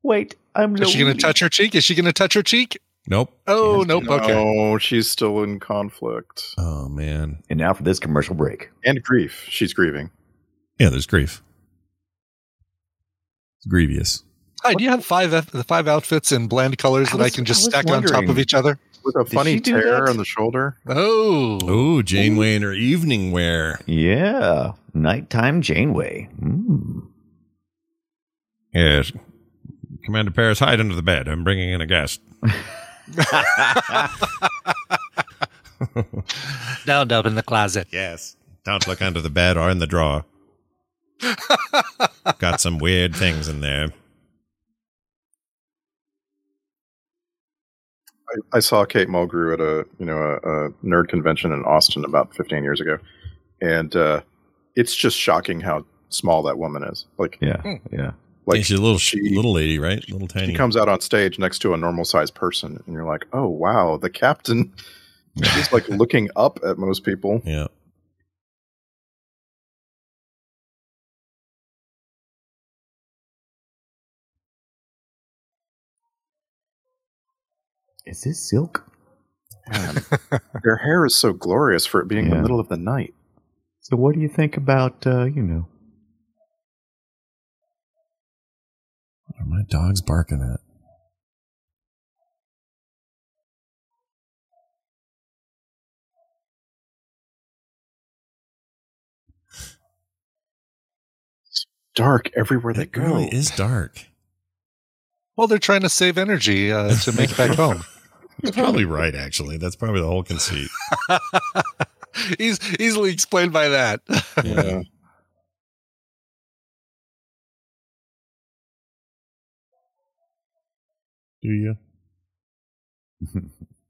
[SPEAKER 4] Wait, I'm.
[SPEAKER 3] Is she going
[SPEAKER 4] Louise.
[SPEAKER 3] to touch her cheek? Is she going to touch her cheek?
[SPEAKER 1] Nope.
[SPEAKER 3] Oh, nope. Okay.
[SPEAKER 2] No, she's still in conflict
[SPEAKER 1] Oh man.
[SPEAKER 4] And now for this commercial break.
[SPEAKER 2] and grief. She's grieving.
[SPEAKER 1] Yeah, there's grief. It's grievous.
[SPEAKER 3] Hi, do you have five out- the five outfits in bland colors
[SPEAKER 4] I
[SPEAKER 3] that I
[SPEAKER 4] was-
[SPEAKER 3] can
[SPEAKER 4] I
[SPEAKER 3] just
[SPEAKER 4] was
[SPEAKER 3] stack on top of
[SPEAKER 4] wondering.
[SPEAKER 3] each other?
[SPEAKER 2] With a funny
[SPEAKER 4] she do
[SPEAKER 2] tear
[SPEAKER 4] that?
[SPEAKER 2] on the shoulder.
[SPEAKER 3] Oh.
[SPEAKER 1] Oh, Janeway in her evening wear.
[SPEAKER 4] Yeah, nighttime Janeway. Mm.
[SPEAKER 1] Yes. Commander Paris, hide under the bed. I'm bringing in a guest.
[SPEAKER 3] Down up in the closet.
[SPEAKER 1] Yes. Don't look under the bed or in the drawer. Got some weird things in there.
[SPEAKER 2] I, I saw Kate Mulgrew at a you know a, a nerd convention in Austin about 15 years ago, and uh, it's just shocking how small that woman is. Like
[SPEAKER 4] Yeah,
[SPEAKER 3] Hmm.
[SPEAKER 4] yeah.
[SPEAKER 2] like
[SPEAKER 1] Yeah, she's a little
[SPEAKER 2] she-
[SPEAKER 1] little lady, right? Little tiny.
[SPEAKER 2] she comes out on stage next to a normal sized person, and you're like, oh wow, the captain. She's like looking up at most people.
[SPEAKER 1] yeah.
[SPEAKER 4] Is this silk?
[SPEAKER 2] Her hair is so glorious for it being the
[SPEAKER 4] Yeah.
[SPEAKER 2] middle of the night.
[SPEAKER 4] So, what do you think about uh, you know?
[SPEAKER 1] What are my dog's barking at?
[SPEAKER 2] Dark everywhere they
[SPEAKER 1] That
[SPEAKER 2] go.
[SPEAKER 1] really is dark.
[SPEAKER 3] Well, they're trying to save energy uh, to make it back home.
[SPEAKER 1] That's probably right, actually. That's probably the whole conceit.
[SPEAKER 3] He's easily explained by that.
[SPEAKER 2] Yeah.
[SPEAKER 1] Do you?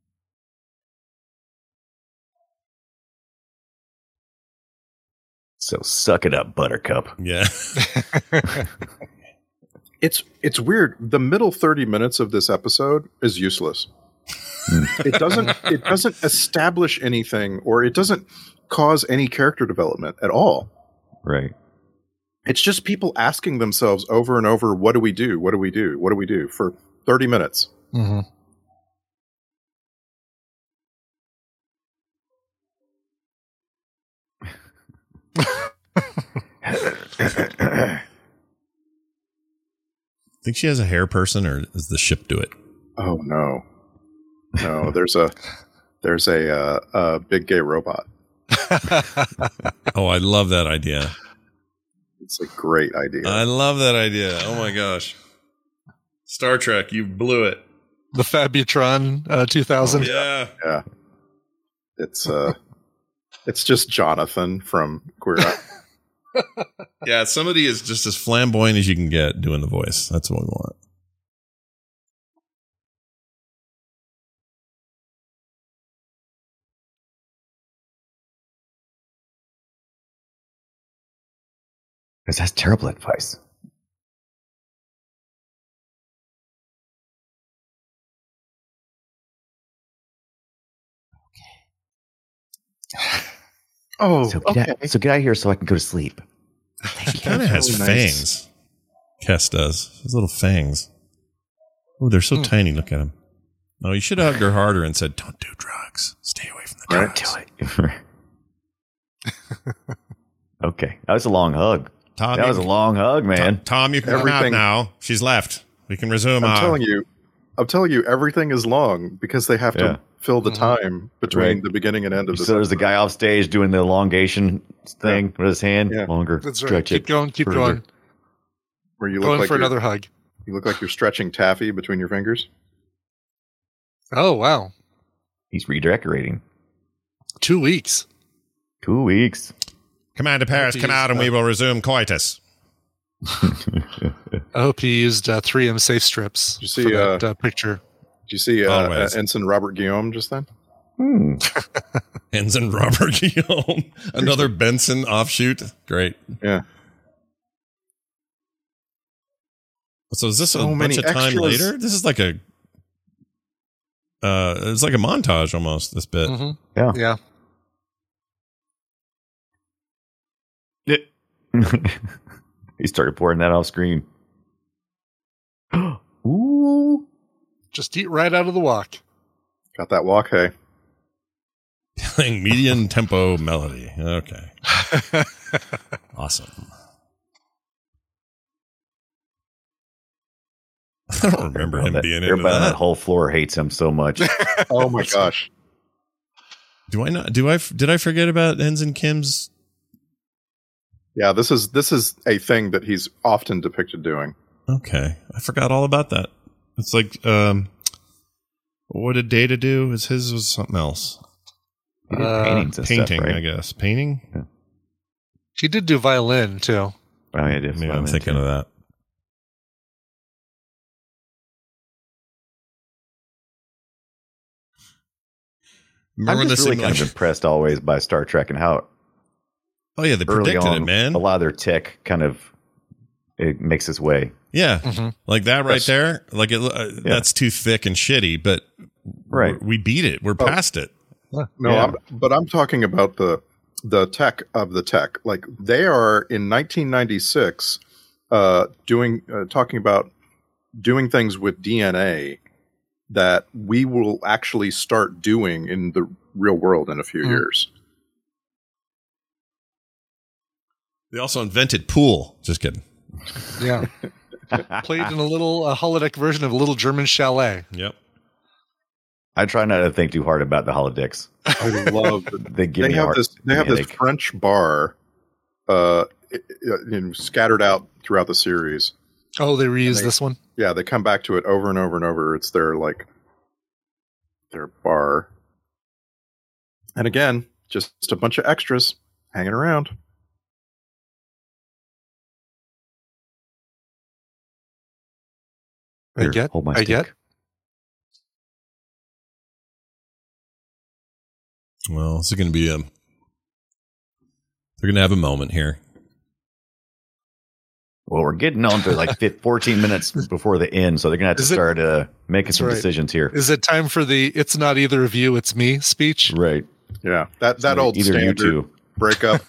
[SPEAKER 4] So suck it up, Buttercup.
[SPEAKER 1] Yeah.
[SPEAKER 2] It's it's weird. The middle 30 minutes of this episode is useless.
[SPEAKER 1] Hmm.
[SPEAKER 2] it doesn't it doesn't establish anything or it doesn't cause any character development at all.
[SPEAKER 4] Right.
[SPEAKER 2] It's just people asking themselves over and over, what do we do? What do we do? What do we do for 30 minutes?
[SPEAKER 3] Mhm.
[SPEAKER 1] think she has a hair person, or does the ship do it?
[SPEAKER 2] Oh no. No, there's a there's a uh, a big gay robot.
[SPEAKER 1] Oh, I love that idea.
[SPEAKER 2] It's a great idea.
[SPEAKER 4] Uh,
[SPEAKER 1] I love that idea. Oh my gosh. Star Trek, you blew it.
[SPEAKER 3] the Fabutron uh, 2000.
[SPEAKER 1] Oh, Yeah.
[SPEAKER 2] it's uh it's just Jonathan from Queer Eye.
[SPEAKER 1] yeah, somebody is just as flamboyant as you can get doing the voice. That's what we want.
[SPEAKER 4] Because that's terrible advice.
[SPEAKER 2] Oh,
[SPEAKER 4] So get,
[SPEAKER 2] okay.
[SPEAKER 4] out, so get out of here so I can go to sleep.
[SPEAKER 1] She kind of has
[SPEAKER 2] Really nice.
[SPEAKER 1] fangs. Kess does. She has little fangs. Oh, they're so
[SPEAKER 3] Hmm.
[SPEAKER 1] tiny. Look at them. No, you should have hugged her harder and said, "Don't do drugs. Stay away from the
[SPEAKER 2] Right.
[SPEAKER 1] drugs."
[SPEAKER 4] do it. okay. That was a long hug.
[SPEAKER 1] Tom,
[SPEAKER 4] That
[SPEAKER 1] you-
[SPEAKER 4] was a long hug, man.
[SPEAKER 1] Tom, Tom, you can come out
[SPEAKER 2] Everything-
[SPEAKER 1] now. She's left. We can resume.
[SPEAKER 2] I'm
[SPEAKER 1] our-
[SPEAKER 2] telling you, I'm telling you, everything is long because they have
[SPEAKER 4] Yeah.
[SPEAKER 2] to fill the
[SPEAKER 3] Mhm.
[SPEAKER 2] time between
[SPEAKER 4] Right.
[SPEAKER 2] the beginning and end of this.
[SPEAKER 4] So there's the guy off stage doing the elongation thing with his hand
[SPEAKER 2] Yeah.
[SPEAKER 4] longer.
[SPEAKER 3] That's right.
[SPEAKER 4] Stretch
[SPEAKER 3] Keep
[SPEAKER 4] it.
[SPEAKER 3] going. Keep
[SPEAKER 4] further.
[SPEAKER 3] going.
[SPEAKER 2] where you look
[SPEAKER 3] Going
[SPEAKER 2] like
[SPEAKER 3] for
[SPEAKER 2] you're-
[SPEAKER 3] another hug.
[SPEAKER 2] you look like you're stretching taffy between your fingers.
[SPEAKER 3] Oh wow,
[SPEAKER 4] He's redecorating.
[SPEAKER 3] two weeks.
[SPEAKER 4] Two weeks.
[SPEAKER 1] Commander Paris,
[SPEAKER 3] Please,
[SPEAKER 1] come out and
[SPEAKER 3] uh,
[SPEAKER 1] we will resume coitus.
[SPEAKER 3] I hope he used uh, 3M safe strips.
[SPEAKER 2] You see,
[SPEAKER 3] for that uh, picture.
[SPEAKER 2] Did you see uh, uh,
[SPEAKER 1] Always.
[SPEAKER 2] Ensign Robert Guillaume just then?
[SPEAKER 4] Hmm.
[SPEAKER 1] Ensign Robert Guillaume, another Benson offshoot. Great.
[SPEAKER 2] Yeah.
[SPEAKER 1] So is this
[SPEAKER 2] So
[SPEAKER 1] a bunch
[SPEAKER 2] many
[SPEAKER 1] of time
[SPEAKER 2] extras.
[SPEAKER 1] later? This is like a. Uh, it's like a montage almost. This bit.
[SPEAKER 2] Mm.
[SPEAKER 3] Mhm.
[SPEAKER 4] Yeah.
[SPEAKER 3] Yeah.
[SPEAKER 4] he started pouring that off screen. Ooh.
[SPEAKER 3] Just eat right out of the wok.
[SPEAKER 2] Got that walk? Hey,
[SPEAKER 1] Playing median tempo melody. Okay, awesome. I don't remember him
[SPEAKER 4] That-
[SPEAKER 1] being into
[SPEAKER 4] Everybody on that
[SPEAKER 1] that.
[SPEAKER 4] whole floor hates him so much.
[SPEAKER 2] oh my gosh!
[SPEAKER 1] Do I not? Do I? Did I forget about Ensign Kim's?
[SPEAKER 2] Yeah, this is this is a thing that he's often depicted doing.
[SPEAKER 1] Okay, I forgot all about that. It's like, um, what did Data do? Is his was something else?
[SPEAKER 4] He did
[SPEAKER 3] Uh,
[SPEAKER 4] paintings and
[SPEAKER 1] Painting,
[SPEAKER 4] stuff, right?
[SPEAKER 1] I guess. Painting.
[SPEAKER 3] she did do violin too.
[SPEAKER 4] Oh, yeah, that's
[SPEAKER 1] Maybe
[SPEAKER 4] what I
[SPEAKER 1] I'm
[SPEAKER 4] meant,
[SPEAKER 1] thinking
[SPEAKER 4] yeah.
[SPEAKER 1] of that. Remember
[SPEAKER 4] I'm
[SPEAKER 1] the
[SPEAKER 4] just really kind of
[SPEAKER 1] simulation?
[SPEAKER 4] impressed always by Star Trek and how
[SPEAKER 1] Oh yeah, they
[SPEAKER 4] early
[SPEAKER 1] predicted
[SPEAKER 4] on
[SPEAKER 1] it, man.
[SPEAKER 4] a lot of their tech kind of it makes its way.
[SPEAKER 1] Yeah,
[SPEAKER 4] Mm-hmm.
[SPEAKER 3] Mhm.
[SPEAKER 1] like that right
[SPEAKER 4] That's-
[SPEAKER 1] there. Like it, uh, that's too thick and shitty, but
[SPEAKER 4] Right.
[SPEAKER 1] we're- we beat it. We're
[SPEAKER 2] Oh.
[SPEAKER 1] past it.
[SPEAKER 2] No,
[SPEAKER 4] Yeah.
[SPEAKER 2] I'm, but I'm talking about the the tech of the tech. Like they are in 1996 uh, doing uh, talking about doing things with DNA that we will actually start doing in the real world in a few
[SPEAKER 4] Mm-hmm.
[SPEAKER 3] Mm.
[SPEAKER 2] years.
[SPEAKER 1] They also invented pool. Just kidding.
[SPEAKER 3] Yeah. Played in a little a holodeck version of Little German Chalet.
[SPEAKER 1] Yep.
[SPEAKER 4] I try not to think too hard about the holodecks.
[SPEAKER 2] I love that
[SPEAKER 4] They give
[SPEAKER 2] they
[SPEAKER 4] me a
[SPEAKER 2] have
[SPEAKER 4] hard-
[SPEAKER 2] this they have this
[SPEAKER 4] headache.
[SPEAKER 2] French bar uh, i- i- in- scattered out throughout the series.
[SPEAKER 3] Oh, they reused
[SPEAKER 2] they-
[SPEAKER 3] this one.
[SPEAKER 2] Yeah, they come back to it over and over and over. It's their like their bar. And again, just a bunch of extras hanging around.
[SPEAKER 3] I
[SPEAKER 4] Here,
[SPEAKER 3] get.
[SPEAKER 4] hold my
[SPEAKER 3] I get.
[SPEAKER 4] stick.
[SPEAKER 1] Well, this is going to be a. They're going to have a moment here.
[SPEAKER 4] Well, we're getting on to like fif- 14 minutes before the end, so they're gonna have to
[SPEAKER 3] Is it-
[SPEAKER 4] start uh, making
[SPEAKER 3] That's
[SPEAKER 4] some
[SPEAKER 3] right.
[SPEAKER 4] decisions here.
[SPEAKER 3] Is it time for the "It's not either of you, it's me" speech?
[SPEAKER 4] right.
[SPEAKER 2] Yeah, that that
[SPEAKER 4] So
[SPEAKER 2] old
[SPEAKER 4] either you
[SPEAKER 2] standard
[SPEAKER 4] two.
[SPEAKER 2] breakup.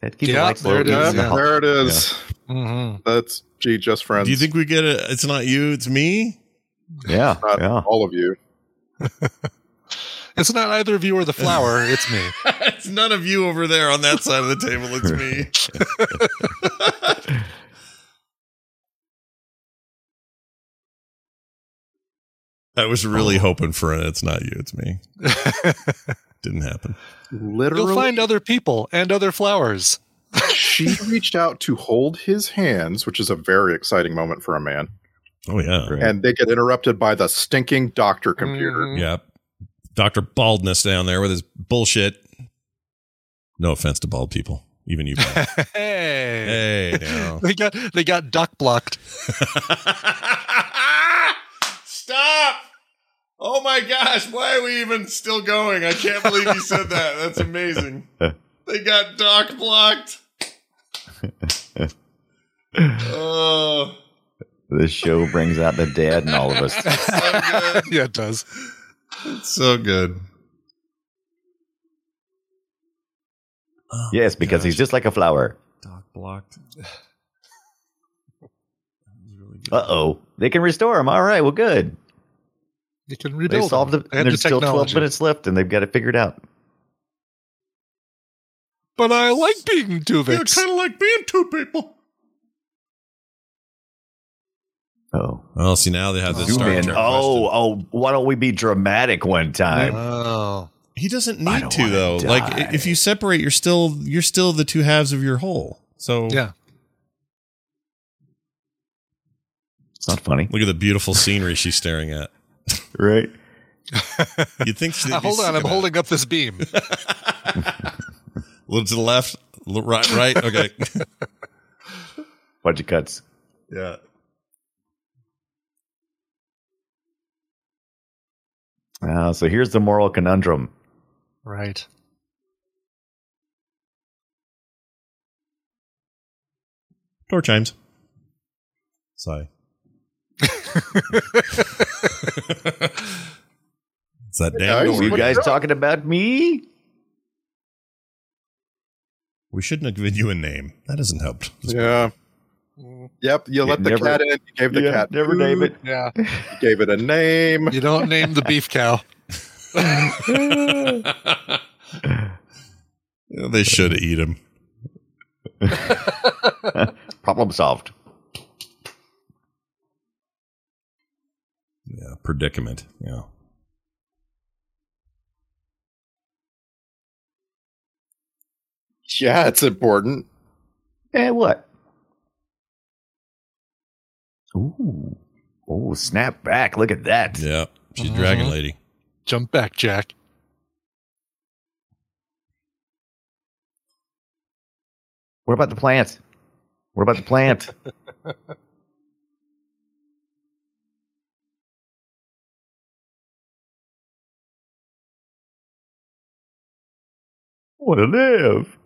[SPEAKER 4] That keeps
[SPEAKER 3] Yeah,
[SPEAKER 4] lights
[SPEAKER 3] there
[SPEAKER 4] low,
[SPEAKER 3] it
[SPEAKER 4] keeps
[SPEAKER 3] is.
[SPEAKER 4] the
[SPEAKER 3] Yeah.
[SPEAKER 4] hol-
[SPEAKER 2] There it is.
[SPEAKER 3] Mm-hmm.
[SPEAKER 2] That's gee, just friends.
[SPEAKER 1] Do you think we get a? It's not you. It's me.
[SPEAKER 4] Yeah,
[SPEAKER 2] Not
[SPEAKER 4] yeah.
[SPEAKER 2] all of you?
[SPEAKER 3] It's not either of you or the flower. it's me.
[SPEAKER 1] it's none of you over there on that side of the table. It's me. I was really hoping for an it's not you, it's me. Didn't happen.
[SPEAKER 2] Literally,
[SPEAKER 3] You'll find other people and other flowers.
[SPEAKER 2] she reached out to hold his hands, which is a very exciting moment for a man.
[SPEAKER 1] Oh yeah.
[SPEAKER 4] Right.
[SPEAKER 2] and they get interrupted by the stinking doctor computer.
[SPEAKER 3] Mhm.
[SPEAKER 1] Mm-hmm. Yeah. Dr. Baldness down there with his bullshit. No offense to bald people, even you. Bald.
[SPEAKER 3] Hey.
[SPEAKER 1] hey, now.
[SPEAKER 3] They got they got duck blocked.
[SPEAKER 1] Stop! Oh my gosh, why are we even still going? I can't believe you said that. That's amazing. They got dock blocked. Oh,
[SPEAKER 4] The show brings out the dad in all of us.
[SPEAKER 1] so good.
[SPEAKER 3] yeah, it does.
[SPEAKER 1] It's so good.
[SPEAKER 4] Yes, because he's just like a flower.
[SPEAKER 1] dock blocked. That was really good.
[SPEAKER 4] Uh oh, they can restore him. All right, well, good.
[SPEAKER 3] You can
[SPEAKER 4] They
[SPEAKER 3] rebuild.
[SPEAKER 4] solved
[SPEAKER 3] them.
[SPEAKER 4] it.
[SPEAKER 3] They
[SPEAKER 4] and
[SPEAKER 3] had
[SPEAKER 4] there's
[SPEAKER 3] the
[SPEAKER 4] still twelve
[SPEAKER 3] technology.
[SPEAKER 4] minutes left, and they've got it figured out.
[SPEAKER 3] But I like being
[SPEAKER 1] Yeah,
[SPEAKER 3] Duvix.
[SPEAKER 1] kind of like being two people.
[SPEAKER 4] Oh,
[SPEAKER 1] Well, see now they have this
[SPEAKER 3] Two
[SPEAKER 1] Star
[SPEAKER 3] men.
[SPEAKER 1] Trek
[SPEAKER 4] oh,
[SPEAKER 1] question.
[SPEAKER 4] oh! Why don't we be dramatic one time?
[SPEAKER 3] Oh.
[SPEAKER 1] He doesn't
[SPEAKER 4] I
[SPEAKER 1] need
[SPEAKER 4] don't
[SPEAKER 1] to
[SPEAKER 4] wanna
[SPEAKER 1] though.
[SPEAKER 4] die.
[SPEAKER 1] Like i- if you separate, you're still you're still the two halves of your whole. So
[SPEAKER 3] Yeah.
[SPEAKER 4] It's not funny,
[SPEAKER 1] look at the beautiful scenery she's staring at.
[SPEAKER 4] right?
[SPEAKER 1] You'd think she'd
[SPEAKER 3] Now,
[SPEAKER 1] be
[SPEAKER 3] hold
[SPEAKER 1] sick
[SPEAKER 3] on, I'm
[SPEAKER 1] of it.
[SPEAKER 3] holding up this beam.
[SPEAKER 1] a little to the left, a little right, right. Okay,
[SPEAKER 4] Bunch of cuts.
[SPEAKER 1] yeah.
[SPEAKER 4] Uh, so here's the moral conundrum.
[SPEAKER 3] right.
[SPEAKER 1] Door chimes. Sigh. it's that damn
[SPEAKER 2] Guys,
[SPEAKER 1] door.
[SPEAKER 4] You
[SPEAKER 2] What
[SPEAKER 4] guys
[SPEAKER 2] the-
[SPEAKER 4] talking about me?
[SPEAKER 1] We shouldn't have given you a name. That hasn't helped.
[SPEAKER 2] Yeah.
[SPEAKER 3] Mm.
[SPEAKER 2] Yep. You let the
[SPEAKER 4] never-
[SPEAKER 2] cat in. You gave the
[SPEAKER 4] Yeah,
[SPEAKER 2] cat.
[SPEAKER 4] never
[SPEAKER 2] food,
[SPEAKER 4] name it.
[SPEAKER 3] Yeah.
[SPEAKER 2] you Gave it a name.
[SPEAKER 3] You don't name the beef cow.
[SPEAKER 1] Yeah, they should have eat him.
[SPEAKER 4] Problem solved.
[SPEAKER 1] Yeah, predicament. Yeah.
[SPEAKER 2] Yeah, it's important. Eh,
[SPEAKER 4] And what? Ooh. Oh, snap back. Look at that.
[SPEAKER 1] Yeah. She's
[SPEAKER 3] Mhm.
[SPEAKER 1] Dragon Lady.
[SPEAKER 3] Jump back, Jack.
[SPEAKER 4] What about the plant? What about the plant? Want to live.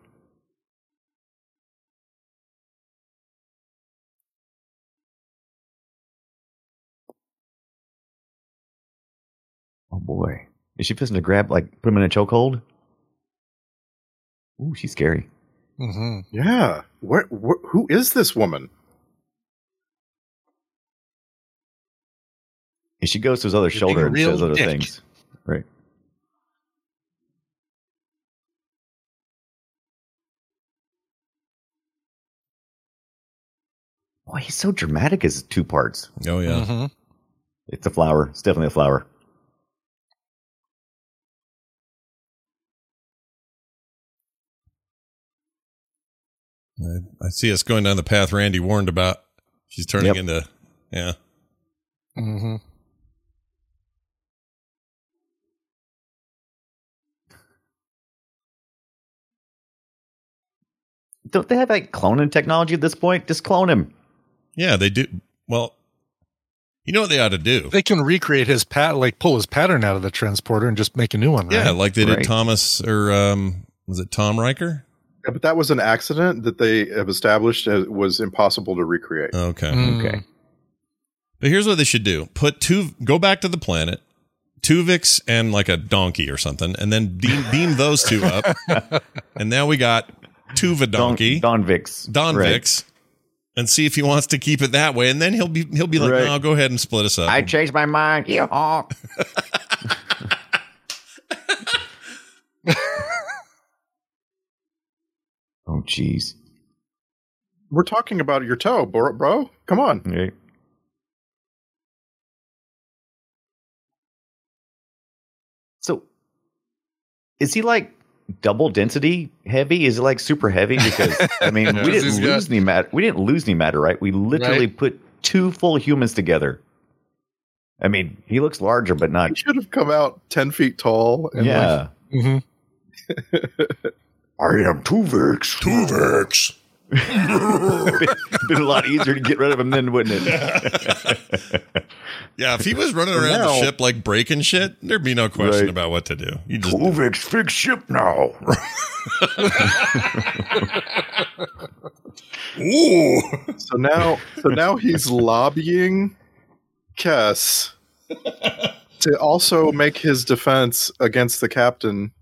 [SPEAKER 4] Oh boy. Is she fixing to grab, like, put him in a chokehold? Ooh, she's scary.
[SPEAKER 3] Mm-hmm.
[SPEAKER 2] Yeah. Where, wh- who is this woman?
[SPEAKER 4] And she goes to his other
[SPEAKER 3] being
[SPEAKER 4] shoulder
[SPEAKER 3] a
[SPEAKER 4] and
[SPEAKER 3] real
[SPEAKER 4] says other
[SPEAKER 3] dick.
[SPEAKER 4] things. Right. Boy, he's so dramatic as two parts.
[SPEAKER 1] Oh yeah.
[SPEAKER 3] Mm-hmm.
[SPEAKER 4] It's a flower. It's definitely a flower.
[SPEAKER 1] I, I see us going down the path Randy warned about. She's turning
[SPEAKER 4] Yep.
[SPEAKER 1] into yeah.
[SPEAKER 3] Mm-hmm.
[SPEAKER 4] Don't they have like cloning technology at this point? Just clone him.
[SPEAKER 1] Yeah, they do well you know what they ought to do?
[SPEAKER 3] They can recreate his pat, like pull his pattern out of the transporter and just make a new one. Right?
[SPEAKER 1] Yeah, like they did
[SPEAKER 4] Right.
[SPEAKER 1] Thomas or um was it Tom Riker?
[SPEAKER 2] Yeah, But that was an accident that they have established uh, was impossible to recreate.
[SPEAKER 1] Okay.
[SPEAKER 3] Mm.
[SPEAKER 4] Mm-hmm. Okay.
[SPEAKER 1] But here's what they should do: put two, go back to the planet, Tuvix and like a donkey or something, and then beam, beam those two up, and now we got Tuva donkey,
[SPEAKER 4] Don, Don Vix.
[SPEAKER 1] Don,
[SPEAKER 4] Right.
[SPEAKER 1] Donvix, and see if he wants to keep it that way, and then he'll be he'll be like,
[SPEAKER 4] Right.
[SPEAKER 1] no, go ahead and split us up.
[SPEAKER 4] I changed my mind. Yeehaw. oh, jeez.
[SPEAKER 2] We're talking about your toe, bro. bro. Come on.
[SPEAKER 4] Right. So, is he like double density heavy? Is it like super heavy? Because I mean,
[SPEAKER 3] Yeah.
[SPEAKER 4] we
[SPEAKER 3] 'Cause
[SPEAKER 4] didn't
[SPEAKER 3] he's
[SPEAKER 4] lose
[SPEAKER 3] got-
[SPEAKER 4] any matter. We didn't lose any matter, right? We literally put two full humans together. I mean, he looks larger, but not.
[SPEAKER 2] He should have come out ten feet tall. And Like,
[SPEAKER 4] Yeah.
[SPEAKER 3] Mm-hmm.
[SPEAKER 4] I am Tuvix.
[SPEAKER 3] Tuvex.
[SPEAKER 4] Been a lot easier to get rid of him then, wouldn't it?
[SPEAKER 1] Yeah, if he was running around
[SPEAKER 2] Now-
[SPEAKER 1] the ship like breaking shit, there'd be no question
[SPEAKER 4] Right.
[SPEAKER 1] about what to do. You just
[SPEAKER 4] Tuvix, fix ship now.
[SPEAKER 3] Ooh.
[SPEAKER 2] so now, so now he's lobbying Kess to also make his defense against the captain.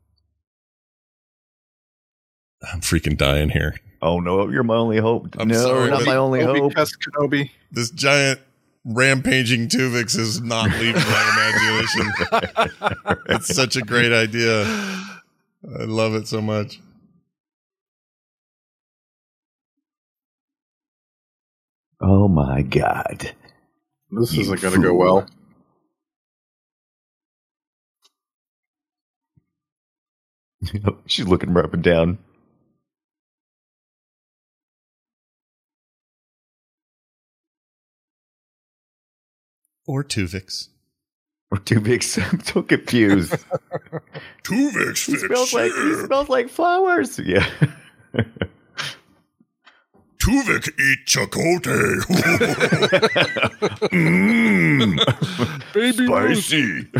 [SPEAKER 1] I'm freaking dying here.
[SPEAKER 4] oh no, you're my only hope.
[SPEAKER 1] I'm
[SPEAKER 4] no,
[SPEAKER 1] sorry,
[SPEAKER 4] not
[SPEAKER 1] but-
[SPEAKER 4] my only
[SPEAKER 2] Obi
[SPEAKER 4] hope.
[SPEAKER 2] Kess Kenobi.
[SPEAKER 1] This giant rampaging Tuvix is not leaving my imagination. it's such a great idea. I love it so much.
[SPEAKER 4] Oh my god.
[SPEAKER 2] This
[SPEAKER 4] You
[SPEAKER 2] isn't going to go
[SPEAKER 4] fool.
[SPEAKER 2] well.
[SPEAKER 4] She's looking right up and down.
[SPEAKER 1] Or Tuvix.
[SPEAKER 4] We're too big. so I'm so confused.
[SPEAKER 3] Tuvix
[SPEAKER 4] he smells like he smells like flowers. Yeah.
[SPEAKER 3] Tuvix eat Chakotay.
[SPEAKER 1] Mm.
[SPEAKER 3] Baby
[SPEAKER 4] Spicy.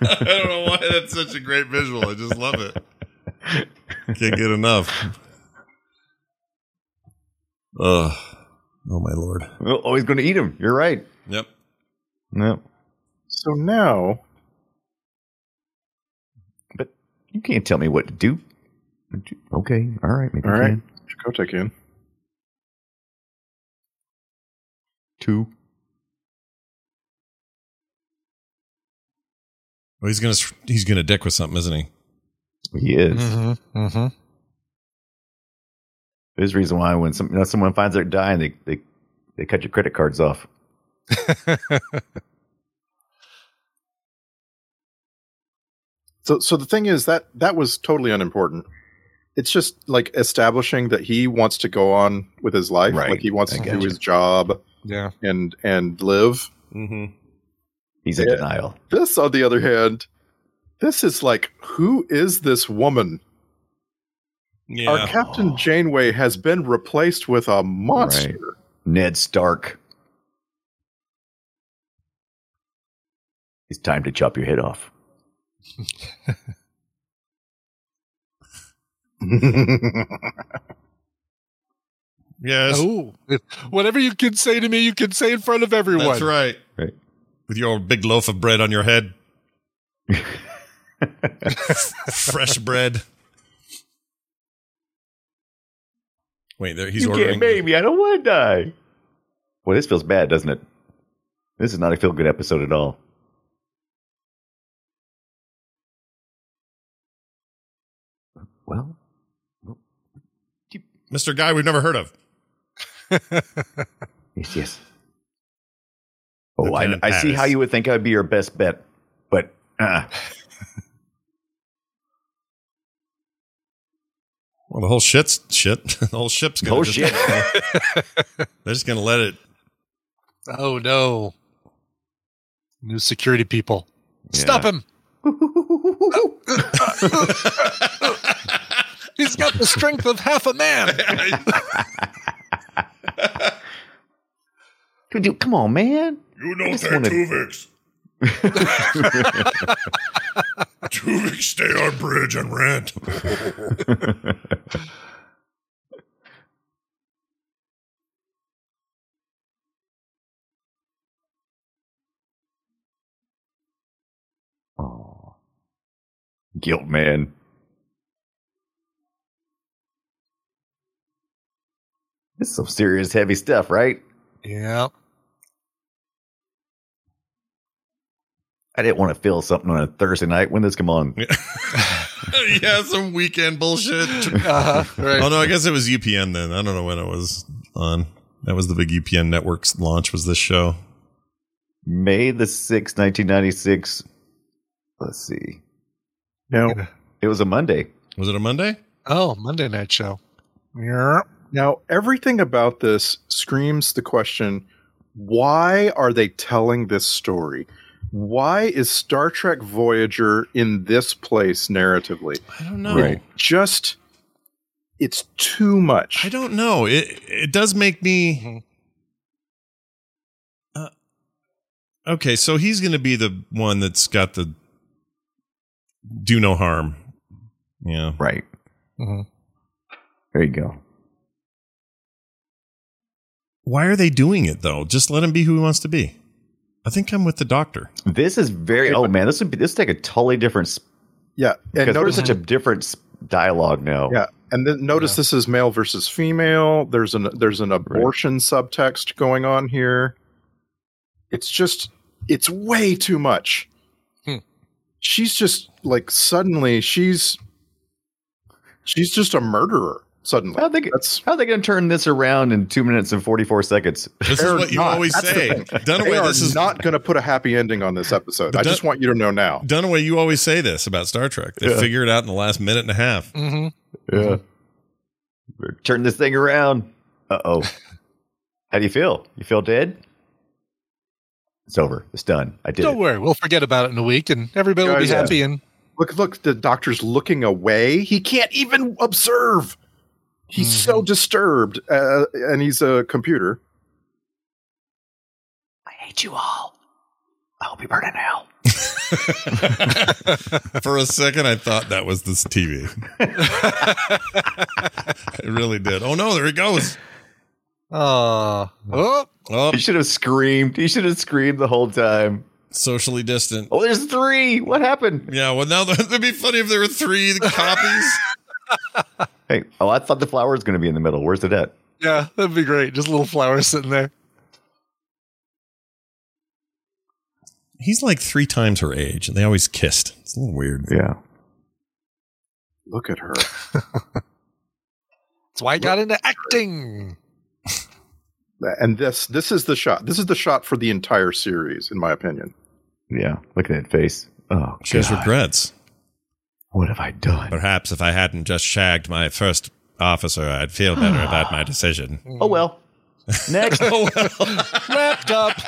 [SPEAKER 1] I don't know why that's such a great visual. I just love it. Can't get enough. Ugh. Oh my lord.
[SPEAKER 4] Well, always going to eat him. You're right.
[SPEAKER 1] Yep.
[SPEAKER 4] No,
[SPEAKER 2] So now,
[SPEAKER 4] but you can't tell me what to do. Okay. All right. Maybe
[SPEAKER 2] all
[SPEAKER 4] you
[SPEAKER 2] right,
[SPEAKER 4] can.
[SPEAKER 2] Chakotay can.
[SPEAKER 4] Two.
[SPEAKER 1] Well, he's gonna s- he's gonna dick with something, isn't he?
[SPEAKER 4] He is.
[SPEAKER 3] Mm-hmm.
[SPEAKER 4] There's a reason why when some, you know, someone finds they're dying, they, they they cut your credit cards off.
[SPEAKER 3] Mm-hmm.
[SPEAKER 2] So, so the thing is that that was totally unimportant. It's just like establishing that he wants to go on with his life,
[SPEAKER 4] Right.
[SPEAKER 2] like he wants
[SPEAKER 4] I
[SPEAKER 2] to do
[SPEAKER 4] gotcha.
[SPEAKER 2] his job
[SPEAKER 3] yeah.
[SPEAKER 2] and and live.
[SPEAKER 1] Mm-hmm.
[SPEAKER 4] He's in
[SPEAKER 2] Yeah.
[SPEAKER 4] denial.
[SPEAKER 2] This, on the other hand, this is like, who is this woman?
[SPEAKER 1] Yeah.
[SPEAKER 2] Our Captain Janeway has been replaced with a monster.
[SPEAKER 4] Ned Stark. It's time to chop your head off.
[SPEAKER 1] yes.
[SPEAKER 3] Ooh. Oh, Whatever you can say to me, you can say in front of everyone.
[SPEAKER 1] That's right.
[SPEAKER 4] Right.
[SPEAKER 1] With your big loaf of bread on your head. Fresh bread. Wait, there he's
[SPEAKER 4] you
[SPEAKER 1] ordering.
[SPEAKER 4] can't make me. I don't want to die. Well, this feels bad, doesn't it? This is not a feel good episode at all. Well,
[SPEAKER 1] Mr. Guy we've never heard of.
[SPEAKER 4] Yes, yes. Oh, I,
[SPEAKER 1] Lieutenant
[SPEAKER 4] I see
[SPEAKER 1] Pattis.
[SPEAKER 4] how you would think I would be your best bet, but uh,
[SPEAKER 1] Well, the whole shit's shit. the whole ship's gonna
[SPEAKER 4] oh
[SPEAKER 1] just-
[SPEAKER 4] shit!
[SPEAKER 1] They're just gonna let it
[SPEAKER 3] Oh no. New security people. Stop him. He's got the strength of half a man.
[SPEAKER 4] Dude, dude, come on, man!
[SPEAKER 1] You
[SPEAKER 4] I
[SPEAKER 1] know
[SPEAKER 4] just wanna-
[SPEAKER 1] Tuvix. Tuvix, stay on bridge and rent.
[SPEAKER 4] Oh, guilt, man. This is some serious, heavy stuff, right?
[SPEAKER 3] yeah.
[SPEAKER 4] I didn't want to feel something on a Thursday night. When this come on?
[SPEAKER 1] yeah, some weekend bullshit.
[SPEAKER 3] Uh-huh. Right.
[SPEAKER 1] Oh no, I guess it was UPN then. I don't know when it was on. That was the big UPN network's launch. Was this show?
[SPEAKER 4] May the 6th, 1996. Let's see.
[SPEAKER 2] no,
[SPEAKER 4] It was a Monday.
[SPEAKER 1] Was it a Monday?
[SPEAKER 3] Oh, Monday night show. Yeah.
[SPEAKER 2] Now, everything about this screams the question why are they telling this story? Why is Star Trek Voyager in this place narratively?
[SPEAKER 1] I don't know.
[SPEAKER 4] Right.
[SPEAKER 2] Just, it's too much.
[SPEAKER 1] I don't know. It it does make me. Uh, okay, so he's going to be the one that's got the do no harm. Yeah.
[SPEAKER 4] Right.
[SPEAKER 3] Mhm.
[SPEAKER 4] There you go.
[SPEAKER 1] Why are they doing it though? Just let him be who he wants to be. I think I'm with the doctor.
[SPEAKER 4] This is very. Oh man, this would be. This would take a totally different. sp-
[SPEAKER 2] yeah. And
[SPEAKER 4] Because there's
[SPEAKER 2] notice,
[SPEAKER 4] such a different s- dialogue now.
[SPEAKER 2] yeah. And then notice this is male versus female. There's an there's an abortion subtext going on here. It's just it's way too much.
[SPEAKER 3] Hmm.
[SPEAKER 2] She's just like suddenly she's she's just a murderer suddenly.
[SPEAKER 4] How they g-
[SPEAKER 2] That's
[SPEAKER 4] how are they going to turn this around in two minutes and forty four seconds?
[SPEAKER 1] This is
[SPEAKER 2] They are
[SPEAKER 1] what you
[SPEAKER 2] not.
[SPEAKER 1] always
[SPEAKER 2] That's the
[SPEAKER 1] say.
[SPEAKER 2] thing. they
[SPEAKER 1] Dunaway,
[SPEAKER 2] are
[SPEAKER 1] this is
[SPEAKER 2] not going to put a happy ending on this episode.
[SPEAKER 1] But
[SPEAKER 2] I
[SPEAKER 1] that-
[SPEAKER 2] just want you to know now.
[SPEAKER 1] Dunaway, you always say this about Star Trek. They
[SPEAKER 4] Yeah.
[SPEAKER 1] figure it out in the last minute and a half.
[SPEAKER 3] Mm-hmm.
[SPEAKER 4] Yeah. Turn this thing around. Uh oh. How do you feel? You feel dead? It's over. It's done. I did
[SPEAKER 3] Don't
[SPEAKER 4] it.
[SPEAKER 3] worry, we'll forget about it in a week, and everybody will be
[SPEAKER 2] Guys, yeah.
[SPEAKER 3] happy. And
[SPEAKER 2] Look, look, the doctor's looking away. He can't even observe. He's so
[SPEAKER 1] Mm-hmm.
[SPEAKER 2] disturbed, uh, and he's a computer.
[SPEAKER 4] I hate you all. I will be burning hell.
[SPEAKER 1] For a second, I thought that was this TV. I really did. Oh no, there he goes.
[SPEAKER 3] oh, oh,
[SPEAKER 1] Oh,
[SPEAKER 4] You should have screamed. You should have screamed the whole time.
[SPEAKER 1] socially distant.
[SPEAKER 4] Oh, there's three. What happened?
[SPEAKER 1] Yeah, well, now that'd be funny if there were three copies.
[SPEAKER 4] Hey, oh, I thought the flower was going to be in the middle. Where's it at?
[SPEAKER 3] yeah, that'd be great. Just a little flower sitting there.
[SPEAKER 1] He's like three times her age, and they always kissed. It's a little weird.
[SPEAKER 4] Yeah.
[SPEAKER 2] Look at her.
[SPEAKER 3] That's why I got into acting.
[SPEAKER 2] And this this is the shot. This is the shot for the entire series, in my opinion.
[SPEAKER 4] Yeah. Look at that face. Oh,
[SPEAKER 1] She has
[SPEAKER 4] God.
[SPEAKER 1] regrets.
[SPEAKER 4] What have I done?
[SPEAKER 1] Perhaps if I hadn't just shagged my first officer, I'd feel better about my decision.
[SPEAKER 4] Oh, well. Next.
[SPEAKER 1] Oh, well.
[SPEAKER 3] Wrapped up.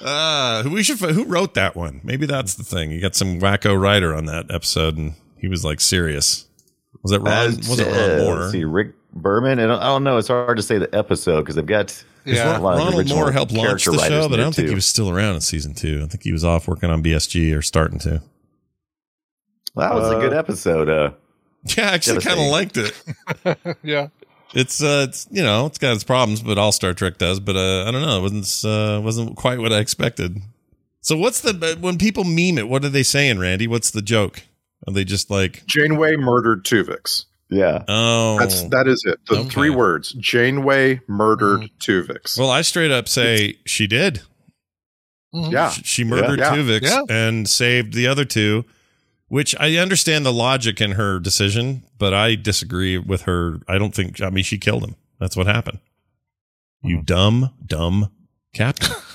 [SPEAKER 1] Uh, we should. Who wrote that one? Maybe that's the thing. You got some wacko writer on that episode, and he was like serious. Was it Ron?
[SPEAKER 4] Uh,
[SPEAKER 1] was it
[SPEAKER 4] uh,
[SPEAKER 1] Ron
[SPEAKER 4] let's
[SPEAKER 1] Moore?
[SPEAKER 4] See, Rick Berman. And I don't know. It's hard to say the episode because they've got
[SPEAKER 3] Yeah.
[SPEAKER 4] a lot of
[SPEAKER 1] Ronald
[SPEAKER 4] original
[SPEAKER 1] Moore helped launch
[SPEAKER 4] character
[SPEAKER 1] the
[SPEAKER 4] writers
[SPEAKER 1] show,
[SPEAKER 4] in
[SPEAKER 1] but I
[SPEAKER 4] there,
[SPEAKER 1] don't think
[SPEAKER 4] too.
[SPEAKER 1] he was still around in season two. I think he was off working on BSG or starting to.
[SPEAKER 4] That was a good
[SPEAKER 2] Uh,
[SPEAKER 4] episode. Uh,
[SPEAKER 1] Yeah, I actually kind of
[SPEAKER 4] Devastating.
[SPEAKER 1] liked it.
[SPEAKER 3] yeah.
[SPEAKER 1] It's uh, it's you know, it's got its problems, but all Star Trek does. But uh, I don't know, it wasn't uh, wasn't quite what I expected. So what's the but when people meme it? What are they saying, Randy? What's the joke? Are they just like
[SPEAKER 2] Janeway murdered Tuvix.
[SPEAKER 4] yeah.
[SPEAKER 1] oh?
[SPEAKER 2] That's that is it. The
[SPEAKER 1] Okay. Mm.
[SPEAKER 2] three words: Janeway murdered Tuvix.
[SPEAKER 1] Well, I straight up say she did.
[SPEAKER 3] Mhm.
[SPEAKER 2] yeah,
[SPEAKER 1] Sh- She murdered
[SPEAKER 2] Yeah.
[SPEAKER 1] Tuvix
[SPEAKER 3] Yeah.
[SPEAKER 1] and saved the other two, which I understand the logic in her decision, but I disagree with her. I don't think. I mean, she killed him. That's what happened.
[SPEAKER 2] Uh-huh.
[SPEAKER 1] You dumb, dumb captain.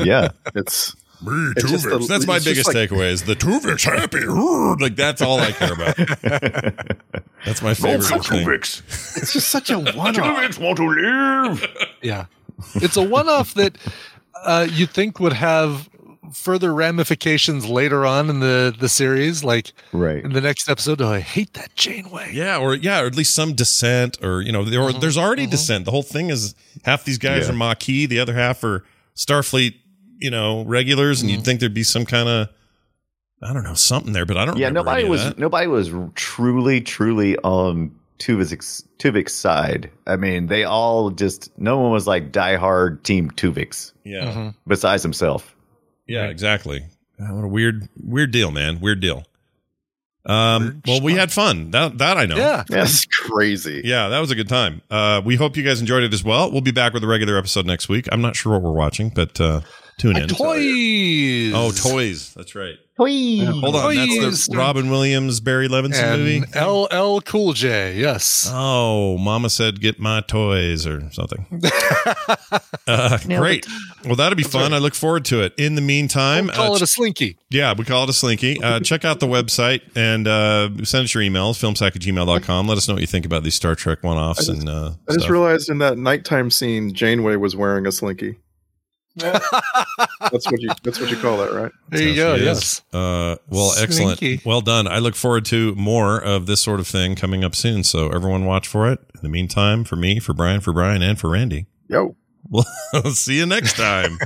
[SPEAKER 4] Yeah.
[SPEAKER 2] it's
[SPEAKER 1] Me,
[SPEAKER 2] It's just
[SPEAKER 1] Tuvix.
[SPEAKER 2] the-
[SPEAKER 1] that's my
[SPEAKER 2] it's just
[SPEAKER 1] biggest
[SPEAKER 2] like-
[SPEAKER 1] takeaway is the Tuvix happy. Urgh. Like that's all I care about. That's my favorite thing.
[SPEAKER 2] it's just such a one-off.
[SPEAKER 3] Yeah. It's a one off that uh, you think would have further ramifications later on in the, the series, like
[SPEAKER 4] right.
[SPEAKER 3] in the next episode. Oh, I hate that Janeway.
[SPEAKER 1] Yeah, or yeah, or at least some dissent, or you know, there
[SPEAKER 3] Mm-hmm.
[SPEAKER 1] or there's already dissent. The whole thing is half these guys
[SPEAKER 4] Yeah.
[SPEAKER 1] are Maquis, the other half are Starfleet, you know, regulars,
[SPEAKER 3] Mm-hmm.
[SPEAKER 1] and you'd think there'd be some kind of I don't know something there, but I don't.
[SPEAKER 4] Yeah.
[SPEAKER 1] remember
[SPEAKER 4] Nobody
[SPEAKER 1] any of
[SPEAKER 4] was.
[SPEAKER 1] that.
[SPEAKER 4] Nobody was truly, truly on Tuvik's Tuvik's side. I mean, they all just. No one was like diehard team Tuvik's
[SPEAKER 1] Yeah,
[SPEAKER 2] Mm-hmm.
[SPEAKER 3] Mhm.
[SPEAKER 4] besides himself.
[SPEAKER 1] yeah, exactly. Ah, What a weird, weird deal, man. Weird deal. Um.
[SPEAKER 3] Weird
[SPEAKER 1] well, we
[SPEAKER 3] stuff.
[SPEAKER 1] had fun. That that I know.
[SPEAKER 3] Yeah.
[SPEAKER 4] Yeah.
[SPEAKER 2] That's crazy.
[SPEAKER 1] Yeah, that was a good time. Uh, we hope you guys enjoyed it as well. We'll be back with a regular episode next week. I'm not sure what we're watching, but uh, tune
[SPEAKER 3] Uh,
[SPEAKER 1] in.
[SPEAKER 3] toys.
[SPEAKER 1] Oh, toys. That's right. Hold on. That's
[SPEAKER 3] Toys.
[SPEAKER 1] the Robin Williams, Barry Levinson movie.
[SPEAKER 3] And LL Cool J. Yes.
[SPEAKER 1] Oh, Mama said, get my toys or something. Uh,
[SPEAKER 4] Nailed
[SPEAKER 1] great. Well, that'll be
[SPEAKER 3] That's
[SPEAKER 1] fun. I
[SPEAKER 3] right.
[SPEAKER 1] look forward to it. In the meantime,
[SPEAKER 3] We'll call
[SPEAKER 1] uh,
[SPEAKER 3] it a slinky.
[SPEAKER 1] Yeah, we call it a slinky. Uh, check out the website and uh, send us your emails, filmsack at gmail.com. Let us know what you think about these Star Trek one
[SPEAKER 2] I
[SPEAKER 1] offs
[SPEAKER 2] just-
[SPEAKER 1] and uh,
[SPEAKER 2] I just
[SPEAKER 1] stuff.
[SPEAKER 2] realized in that nighttime scene, Janeway was wearing a slinky. That's what you. That's what you call that, right?
[SPEAKER 3] There you
[SPEAKER 1] Yes,
[SPEAKER 3] go.
[SPEAKER 1] it is.
[SPEAKER 3] Yes.
[SPEAKER 1] Uh, well, excellent.
[SPEAKER 3] Slinky.
[SPEAKER 1] Well done. I look forward to more of this sort of thing coming up soon. So everyone watch for it. In the meantime, for me, for Brian, for Brian, and for Randy,
[SPEAKER 2] Yo.
[SPEAKER 1] we'll see you next time.